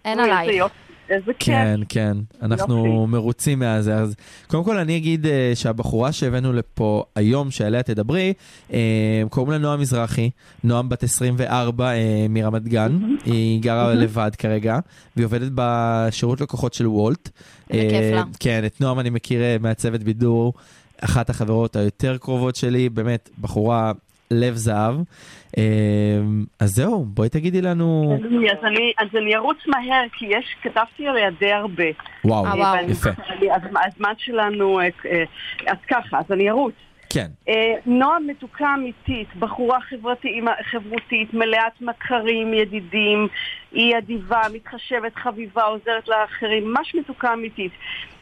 Speaker 3: אין
Speaker 5: אוי, איזה
Speaker 3: עלייך.
Speaker 5: יופי, איזה כיף.
Speaker 4: כן, כן, אנחנו מרוצים מהזה. אז קודם כל אני אגיד אה, שהבחורה שהבאנו לפה היום, שעליה תדברי, אה, קוראים לה נועם מזרחי, נועם בת 24 אה, מרמת גן, היא גרה לבד כרגע, והיא עובדת בשירות לקוחות של וולט.
Speaker 3: איזה כיף
Speaker 4: אה,
Speaker 3: לה.
Speaker 4: כן, את נועם אני מכיר אה, מהצוות בידור, אחת החברות היותר קרובות שלי, באמת, בחורה לב זהב. אה, אז זהו, בואי תגידי לנו,
Speaker 3: כן.
Speaker 5: אז אני- אז אני ארוץ מהר, כי יש, כתבתי עליה די הרבה.
Speaker 4: וואו,
Speaker 3: אה, וואו.
Speaker 5: אבל-
Speaker 4: יפה,
Speaker 5: אני- הזמן- הזמן שלנו, אה, אה, אז ככה, אז אני ארוץ.
Speaker 4: כן.
Speaker 5: אה, נועם מתוקה אמיתית, בחורה חברתי, חברותית, מלאת מכרים, ידידים, היא אדיבה, מתחשבת, חביבה, עוזרת לאחרים, ממש מתוקה אמיתית.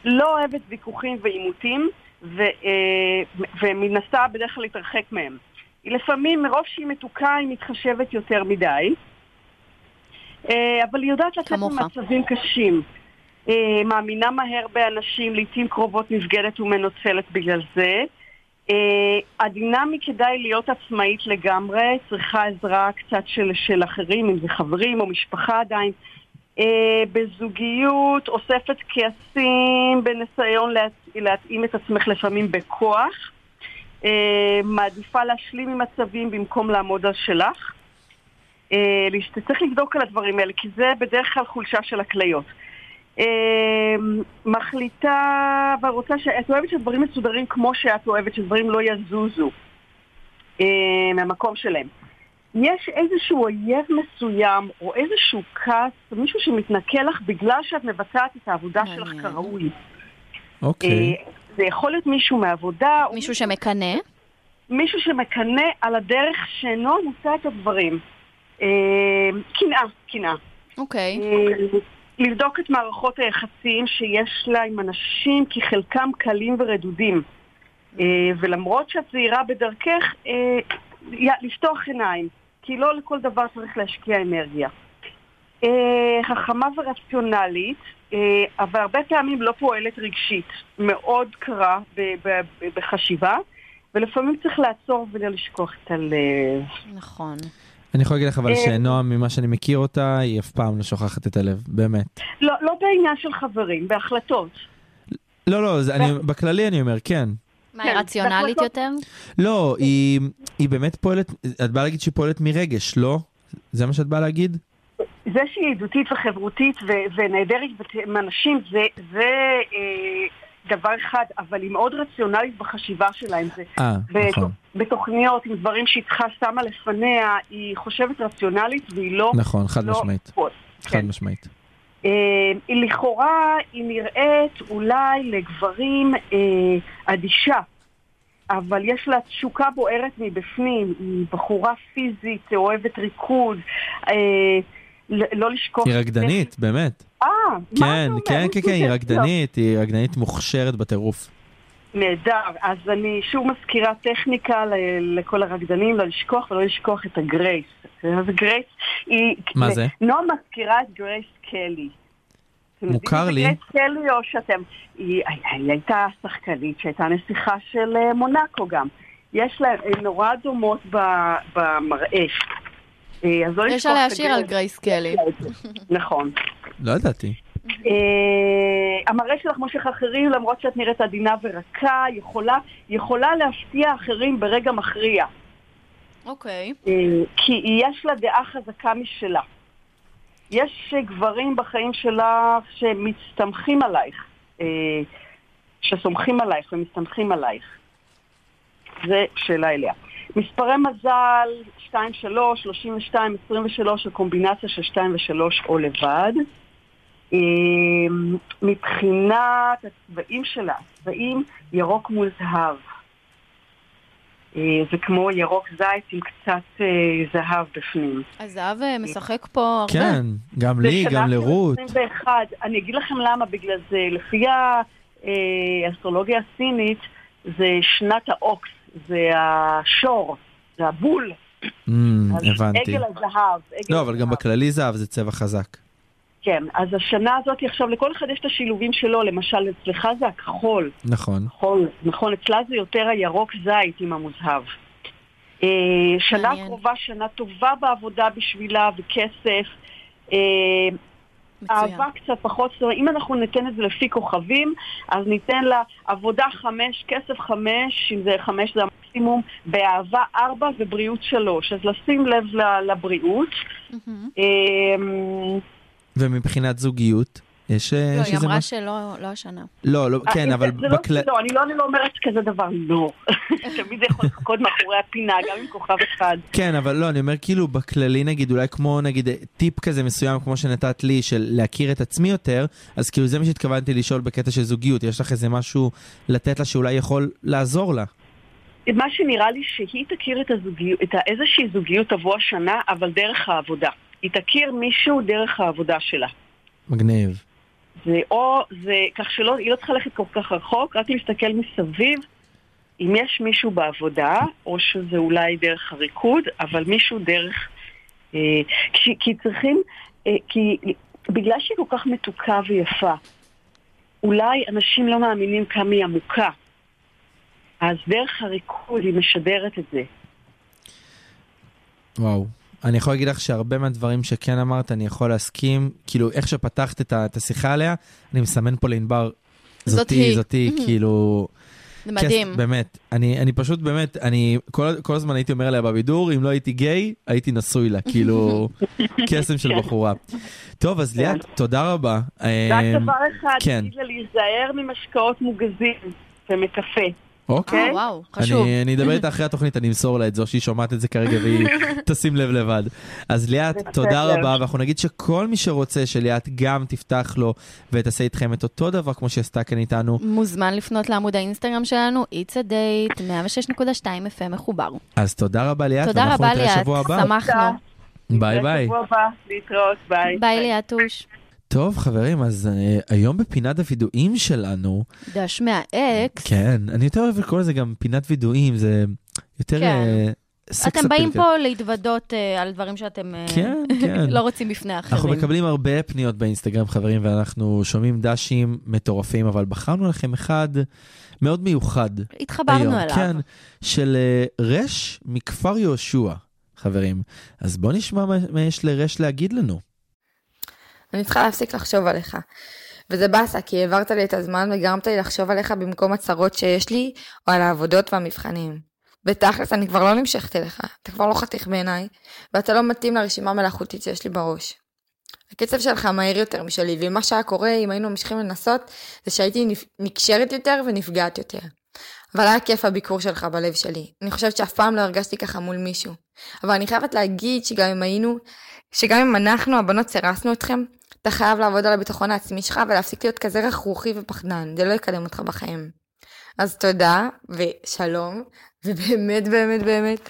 Speaker 5: לא אוהבת ויכוחים ועימותים, ו, אה, ומנסה בדרך כלל להתרחק מהם. היא לפעמים, מרוב שהיא מתוקה, היא מתחשבת יותר מדי, אה, אבל היא יודעת לצאת
Speaker 3: כמוך.
Speaker 5: ממצבים קשים. אה, מאמינה מהר באנשים, לעיתים קרובות נפגדת ומנוצלת בגלל זה. אה, הדינמי כדאי להיות עצמאית לגמרי, צריכה עזרה קצת של, של אחרים, אם זה חברים או משפחה עדיין. אה, בזוגיות, אוספת כעסים בניסיון להת, להתאים את עצמך לפעמים בכוח. אה, מעדיפה להשלים עם מצבים במקום לעמוד על שלך. אה, להש- צריך לבדוק על הדברים האלה, כי זה בדרך כלל חולשה של הכליות. אה, מחליטה ורוצה ש... את אוהבת שדברים מסודרים כמו שאת אוהבת, שדברים לא יזוזו אה, מהמקום שלהם. יש איזשהו אויב מסוים או איזשהו כעס, מישהו שמתנכל לך בגלל שאת מבצעת את העבודה שלך
Speaker 3: מעניין.
Speaker 5: כראוי.
Speaker 4: אוקיי.
Speaker 5: אה, זה יכול להיות מישהו מהעבודה, או
Speaker 3: מישהו שמקנא,
Speaker 5: מישהו שמקנא על הדרך שנועם עושה את הדברים. אה, קנאה, קנאה.
Speaker 3: אוקיי.
Speaker 5: אה, לבדוק את מערכות היחסים שיש לה עם אנשים, כי חלקם קלים ורדודים. אה, ולמרות שאת זהירה בדרכך, אה, י- לפתוח עיניים, כי לא לכל דבר צריך להשקיע אנרגיה. אה, חכמה ורציונלית, אה, אבל הרבה פעמים לא פועלת רגשית, מאוד קרה ב- ב- ב- בחשיבה, ולפעמים צריך לעצור ולא לשכוח את הלב.
Speaker 3: נכון.
Speaker 5: כן,
Speaker 4: אני יכול להגיד לך אבל
Speaker 5: אה,
Speaker 4: שנועם, ממה שאני מכיר אותה, היא אף פעם לא שוכחת את הלב, באמת.
Speaker 5: לא, לא בעניין של חברים, בהחלטות.
Speaker 4: לא, לא, זה-
Speaker 5: אה.
Speaker 4: אני- בכללי אני אומר, כן.
Speaker 3: מה, היא
Speaker 5: כן,
Speaker 3: רציונלית
Speaker 5: בהחלטות-
Speaker 3: יותר?
Speaker 4: לא, היא היא באמת פועלת, את באה להגיד שהיא פועלת מרגש, לא? זה מה שאת באה להגיד?
Speaker 5: זה שהיא ידידותית וחברותית ו- ונהדרת בת- עם אנשים, זה, זה אה, דבר אחד, אבל היא מאוד רציונלית בחשיבה שלה עם זה.
Speaker 4: אה,
Speaker 5: ב-
Speaker 4: נכון,
Speaker 5: בתוכניות, עם דברים שהיא צריכה שמה לפניה, היא חושבת רציונלית והיא לא...
Speaker 4: נכון, חד
Speaker 5: לא-
Speaker 4: משמעית. חד
Speaker 5: כן.
Speaker 4: משמעית.
Speaker 5: אה, היא לכאורה, היא נראית אולי לגברים אה, אדישה, אבל יש לה תשוקה בוערת מבפנים, היא בחורה פיזית, אוהבת ריקוד, אה, ל- לא לשכוח...
Speaker 4: היא רקדנית, באמת.
Speaker 5: אה, מה
Speaker 4: כן,
Speaker 5: אתה אומר? לא,
Speaker 4: כן, כן, כן, היא רקדנית, היא רקדנית מוכשרת בטירוף.
Speaker 5: נהדר, אז אני שוב מזכירה טכניקה ל- לכל הרקדנים, לא לשכוח ולא לשכוח את הגרייס. אז גרייס היא...
Speaker 4: מה זה?
Speaker 5: נועה מזכירה את גרייס קלי. אתם יודעים
Speaker 4: מוכר
Speaker 5: מי זה
Speaker 4: לי.
Speaker 5: גרייס קלי או שאתם... היא, היא הייתה שחקנית שהייתה נסיכה של אה, מונאקו גם. יש להן, הן נורא דומות ב, במראה. אה, אז לא
Speaker 3: יש
Speaker 5: לשכוח
Speaker 3: עליה
Speaker 5: את
Speaker 3: שיר על
Speaker 5: הגרייס.
Speaker 3: גרייס קלי.
Speaker 5: נכון.
Speaker 4: לא ידעתי.
Speaker 5: אה, המראה שלך מושך אחרים, למרות שאת נראית עדינה ורכה, יכולה, יכולה להפתיע אחרים ברגע מכריע.
Speaker 3: אוקיי.
Speaker 5: אה, כי יש לה דעה חזקה משלה. יש אה, גברים בחיים שלך שמסתמכים עלייך, אה, שסומכים עלייך ומסתמכים עלייך. זה שאלה אליה. מספרי מזל 2, 3, 32, 23, הקומבינציה של 2 ו-3 או לבד. אה, מבחינת הצבעים שלה, צבעים ירוק מול זהב. אה, זה כמו ירוק זית עם קצת אה, זהב בפנים.
Speaker 3: אז זהב אה, משחק פה הרבה.
Speaker 4: כן, גם לי,
Speaker 5: בשנה
Speaker 4: גם
Speaker 5: של
Speaker 4: לרות.
Speaker 5: 21, אני אגיד לכם למה, בגלל זה, לפי אה, האסטרולוגיה הסינית, זה שנת האוקס, זה השור, זה הבול.
Speaker 4: אמ,
Speaker 5: אז
Speaker 4: הבנתי.
Speaker 5: עגל הזהב. עגל
Speaker 4: לא, אבל גם
Speaker 5: הזהב.
Speaker 4: בכללי זהב זה צבע חזק.
Speaker 5: כן, אז השנה הזאת, עכשיו, לכל אחד יש את השילובים שלו, למשל, אצלך זה הכחול.
Speaker 4: נכון.
Speaker 5: נכון, נכון, אצלה זה יותר הירוק זית עם המוזהב. אה, שנה
Speaker 3: מעניין.
Speaker 5: קרובה, שנה טובה בעבודה בשבילה וכסף. אה,
Speaker 3: מצוין.
Speaker 5: אהבה קצת פחות, זאת אומרת, אם אנחנו ניתן את זה לפי כוכבים, אז ניתן לה עבודה חמש, כסף חמש, אם זה חמש זה המקסימום, באהבה ארבע ובריאות שלוש. אז לשים לב ל- לבריאות.
Speaker 3: מהמם.
Speaker 5: אה,
Speaker 4: ומבחינת זוגיות, יש אה,
Speaker 3: לא,
Speaker 4: יש
Speaker 3: היא
Speaker 4: איזה
Speaker 3: אמרה
Speaker 4: משהו?
Speaker 3: שלא לא השנה.
Speaker 4: לא, לא, כן,
Speaker 5: אה,
Speaker 4: אבל
Speaker 5: זה- זה לא-
Speaker 4: בכלל...
Speaker 3: כאילו-
Speaker 5: לא, אני לא- אני לא אומרת כזה דבר, לא. תמיד זה יכול לחכות מאחורי הפינה, גם עם כוכב אחד.
Speaker 4: כן, אבל לא, אני אומר כאילו בכללי נגיד, אולי כמו נגיד אה, טיפ כזה מסוים, כמו שנתת לי, של להכיר את עצמי יותר, אז כאילו זה מה שהתכוונתי לשאול בקטע של זוגיות, יש לך איזה משהו לתת לה שאולי יכול לעזור לה.
Speaker 5: מה שנראה לי שהיא תכיר את הזוגיות, את ה- איזושהי זוגיות תבוא השנה, אבל דרך העבודה. היא תכיר מישהו דרך העבודה שלה.
Speaker 4: מגניב.
Speaker 5: זה או, זה כך שלא, היא לא צריכה ללכת כל כך רחוק, רק להסתכל מסביב אם יש מישהו בעבודה, או שזה אולי דרך הריקוד, אבל מישהו דרך... אה, כי, כי צריכים, אה, כי בגלל שהיא כל כך מתוקה ויפה, אולי אנשים לא מאמינים כמה היא עמוקה. אז דרך הריקוד היא משדרת את זה.
Speaker 4: וואו. אני יכול להגיד לך שהרבה מהדברים שכן אמרת, אני יכול להסכים. כאילו, איך שפתחת את ה- את השיחה עליה, אני מסמן פה לענבר.
Speaker 3: זאת
Speaker 4: זאתי,
Speaker 3: היא.
Speaker 4: זאתי, כאילו...
Speaker 3: זה מדהים.
Speaker 4: כס, באמת. אני, אני פשוט, באמת, אני כל, כל הזמן הייתי אומר עליה בבידור, אם לא הייתי גיי, הייתי נשוי לה, כאילו, קסם
Speaker 3: כן.
Speaker 4: של בחורה. טוב, אז ליאת, תודה רבה.
Speaker 5: רק
Speaker 4: אמ,
Speaker 5: דבר אחד,
Speaker 4: כן.
Speaker 5: תגיד לה להיזהר ממשקאות מוגזים ומקפה.
Speaker 4: אוקיי.
Speaker 3: אה,
Speaker 5: כן?
Speaker 3: וואו, חשוב.
Speaker 4: אני, אני אדבר איתה אחרי התוכנית, אני אמסור לה את זו שהיא שומעת את זה כרגע והיא תשים לב לבד. אז ליאת,
Speaker 5: בסדר.
Speaker 4: תודה רבה, ואנחנו נגיד שכל מי שרוצה שליאת גם תפתח לו ותעשה איתכם את אותו דבר כמו שעשתה כאן איתנו,
Speaker 3: מוזמן לפנות לעמוד האינסטגרם שלנו, It's a date, 106.2 FM מחובר.
Speaker 4: אז תודה רבה ליאת,
Speaker 3: תודה
Speaker 4: ואנחנו
Speaker 3: רבה
Speaker 4: נתראה
Speaker 3: ליאת,
Speaker 4: שבוע הבא.
Speaker 3: שמחנו.
Speaker 4: ביי ביי.
Speaker 5: בשבוע הבא, להתראות, ביי.
Speaker 3: ביי ליאטוש.
Speaker 4: טוב חברים, אז אה, היום בפינת הווידואים שלנו,
Speaker 3: דש מהאקס.
Speaker 4: כן, אני יותר אוהב לקרוא לזה גם פינת וידואים, זה יותר...
Speaker 3: כן.
Speaker 4: אה, סקס
Speaker 3: אתם באים
Speaker 4: אפיל כזה.
Speaker 3: פה להתוודות אה, על דברים שאתם אה,
Speaker 4: כן, כן.
Speaker 3: לא רוצים בפני אחרים.
Speaker 4: אנחנו מקבלים הרבה פניות באינסטגרם, חברים, ואנחנו שומעים דשים מטורפים, אבל בחרנו לכם אחד מאוד מיוחד היום.
Speaker 3: התחברנו אליו.
Speaker 4: כן, של אה, רש מכפר יהושע, חברים. אז בואו נשמע מה- מה יש לרש להגיד לנו.
Speaker 8: אני צריכה להפסיק לחשוב עליך. וזה באסה, כי העברת לי את הזמן וגרמת לי לחשוב עליך במקום הצרות שיש לי, או על העבודות והמבחנים. בתכלס, אני כבר לא נמשכת אליך, אתה כבר לא חתיך בעיניי, ואתה לא מתאים לרשימה המלאכותית שיש לי בראש. הקצב שלך מהיר יותר משלי, ומה שהיה קורה אם היינו ממשיכים לנסות, זה שהייתי נפ- נקשרת יותר ונפגעת יותר. אבל היה כיף הביקור שלך בלב שלי. אני חושבת שאף פעם לא הרגשתי ככה מול מישהו. אבל אני חייבת להגיד שגם אם היינו, שגם אם אנחנו, הבנות, סירסנו אתכם, אתה חייב לעבוד על הביטחון העצמי שלך ולהפסיק להיות כזה רכרוכי ופחדן, זה לא יקדם אותך בחיים. אז תודה, ושלום, ובאמת באמת באמת,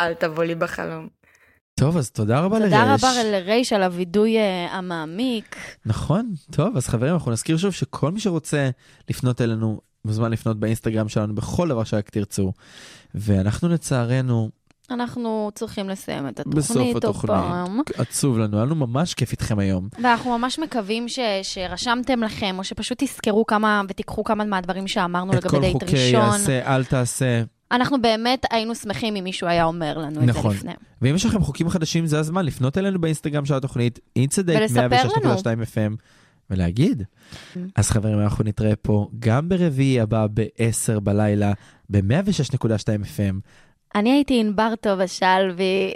Speaker 8: אל תבוא לי בחלום.
Speaker 4: טוב, אז תודה רבה לרש.
Speaker 3: תודה רבה לרייש על הווידוי אה, המעמיק.
Speaker 4: נכון, טוב, אז חברים, אנחנו נזכיר שוב שכל מי שרוצה לפנות אלינו, מוזמן לפנות באינסטגרם שלנו בכל דבר שרק תרצו. ואנחנו לצערנו,
Speaker 3: אנחנו צריכים לסיים את
Speaker 4: בסוף
Speaker 3: התוכנית עוד
Speaker 4: התוכנית.
Speaker 3: פעם.
Speaker 4: עצוב לנו, היה לנו ממש כיף איתכם היום.
Speaker 3: ואנחנו ממש מקווים ש, שרשמתם לכם, או שפשוט תזכרו כמה ותיקחו כמה מהדברים שאמרנו
Speaker 4: את
Speaker 3: לגבי
Speaker 4: כל
Speaker 3: דייט
Speaker 4: חוקי
Speaker 3: לא ראשון.
Speaker 4: יעשה, אל תעשה.
Speaker 3: אנחנו באמת היינו שמחים אם מישהו היה אומר לנו את זה
Speaker 4: נכון.
Speaker 3: לפני.
Speaker 4: ואם יש לכם חוקים חדשים, זה הזמן לפנות אלינו באינסטגרם של התוכנית, אינצדנט
Speaker 3: ולספר Mm.
Speaker 4: 106.2 FM, ולהגיד. אז חברים, אנחנו נתראה פה גם ברביעי הבא ב-10 בלילה, ב-106.2 FM.
Speaker 3: אני הייתי ענבר טובה שלוי.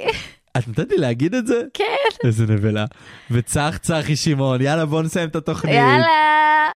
Speaker 4: את נתת לי להגיד את זה?
Speaker 3: כן.
Speaker 4: איזה נבלה. וצח צחי שמעון, יאללה בוא נסיים את התוכנית.
Speaker 3: יאללה.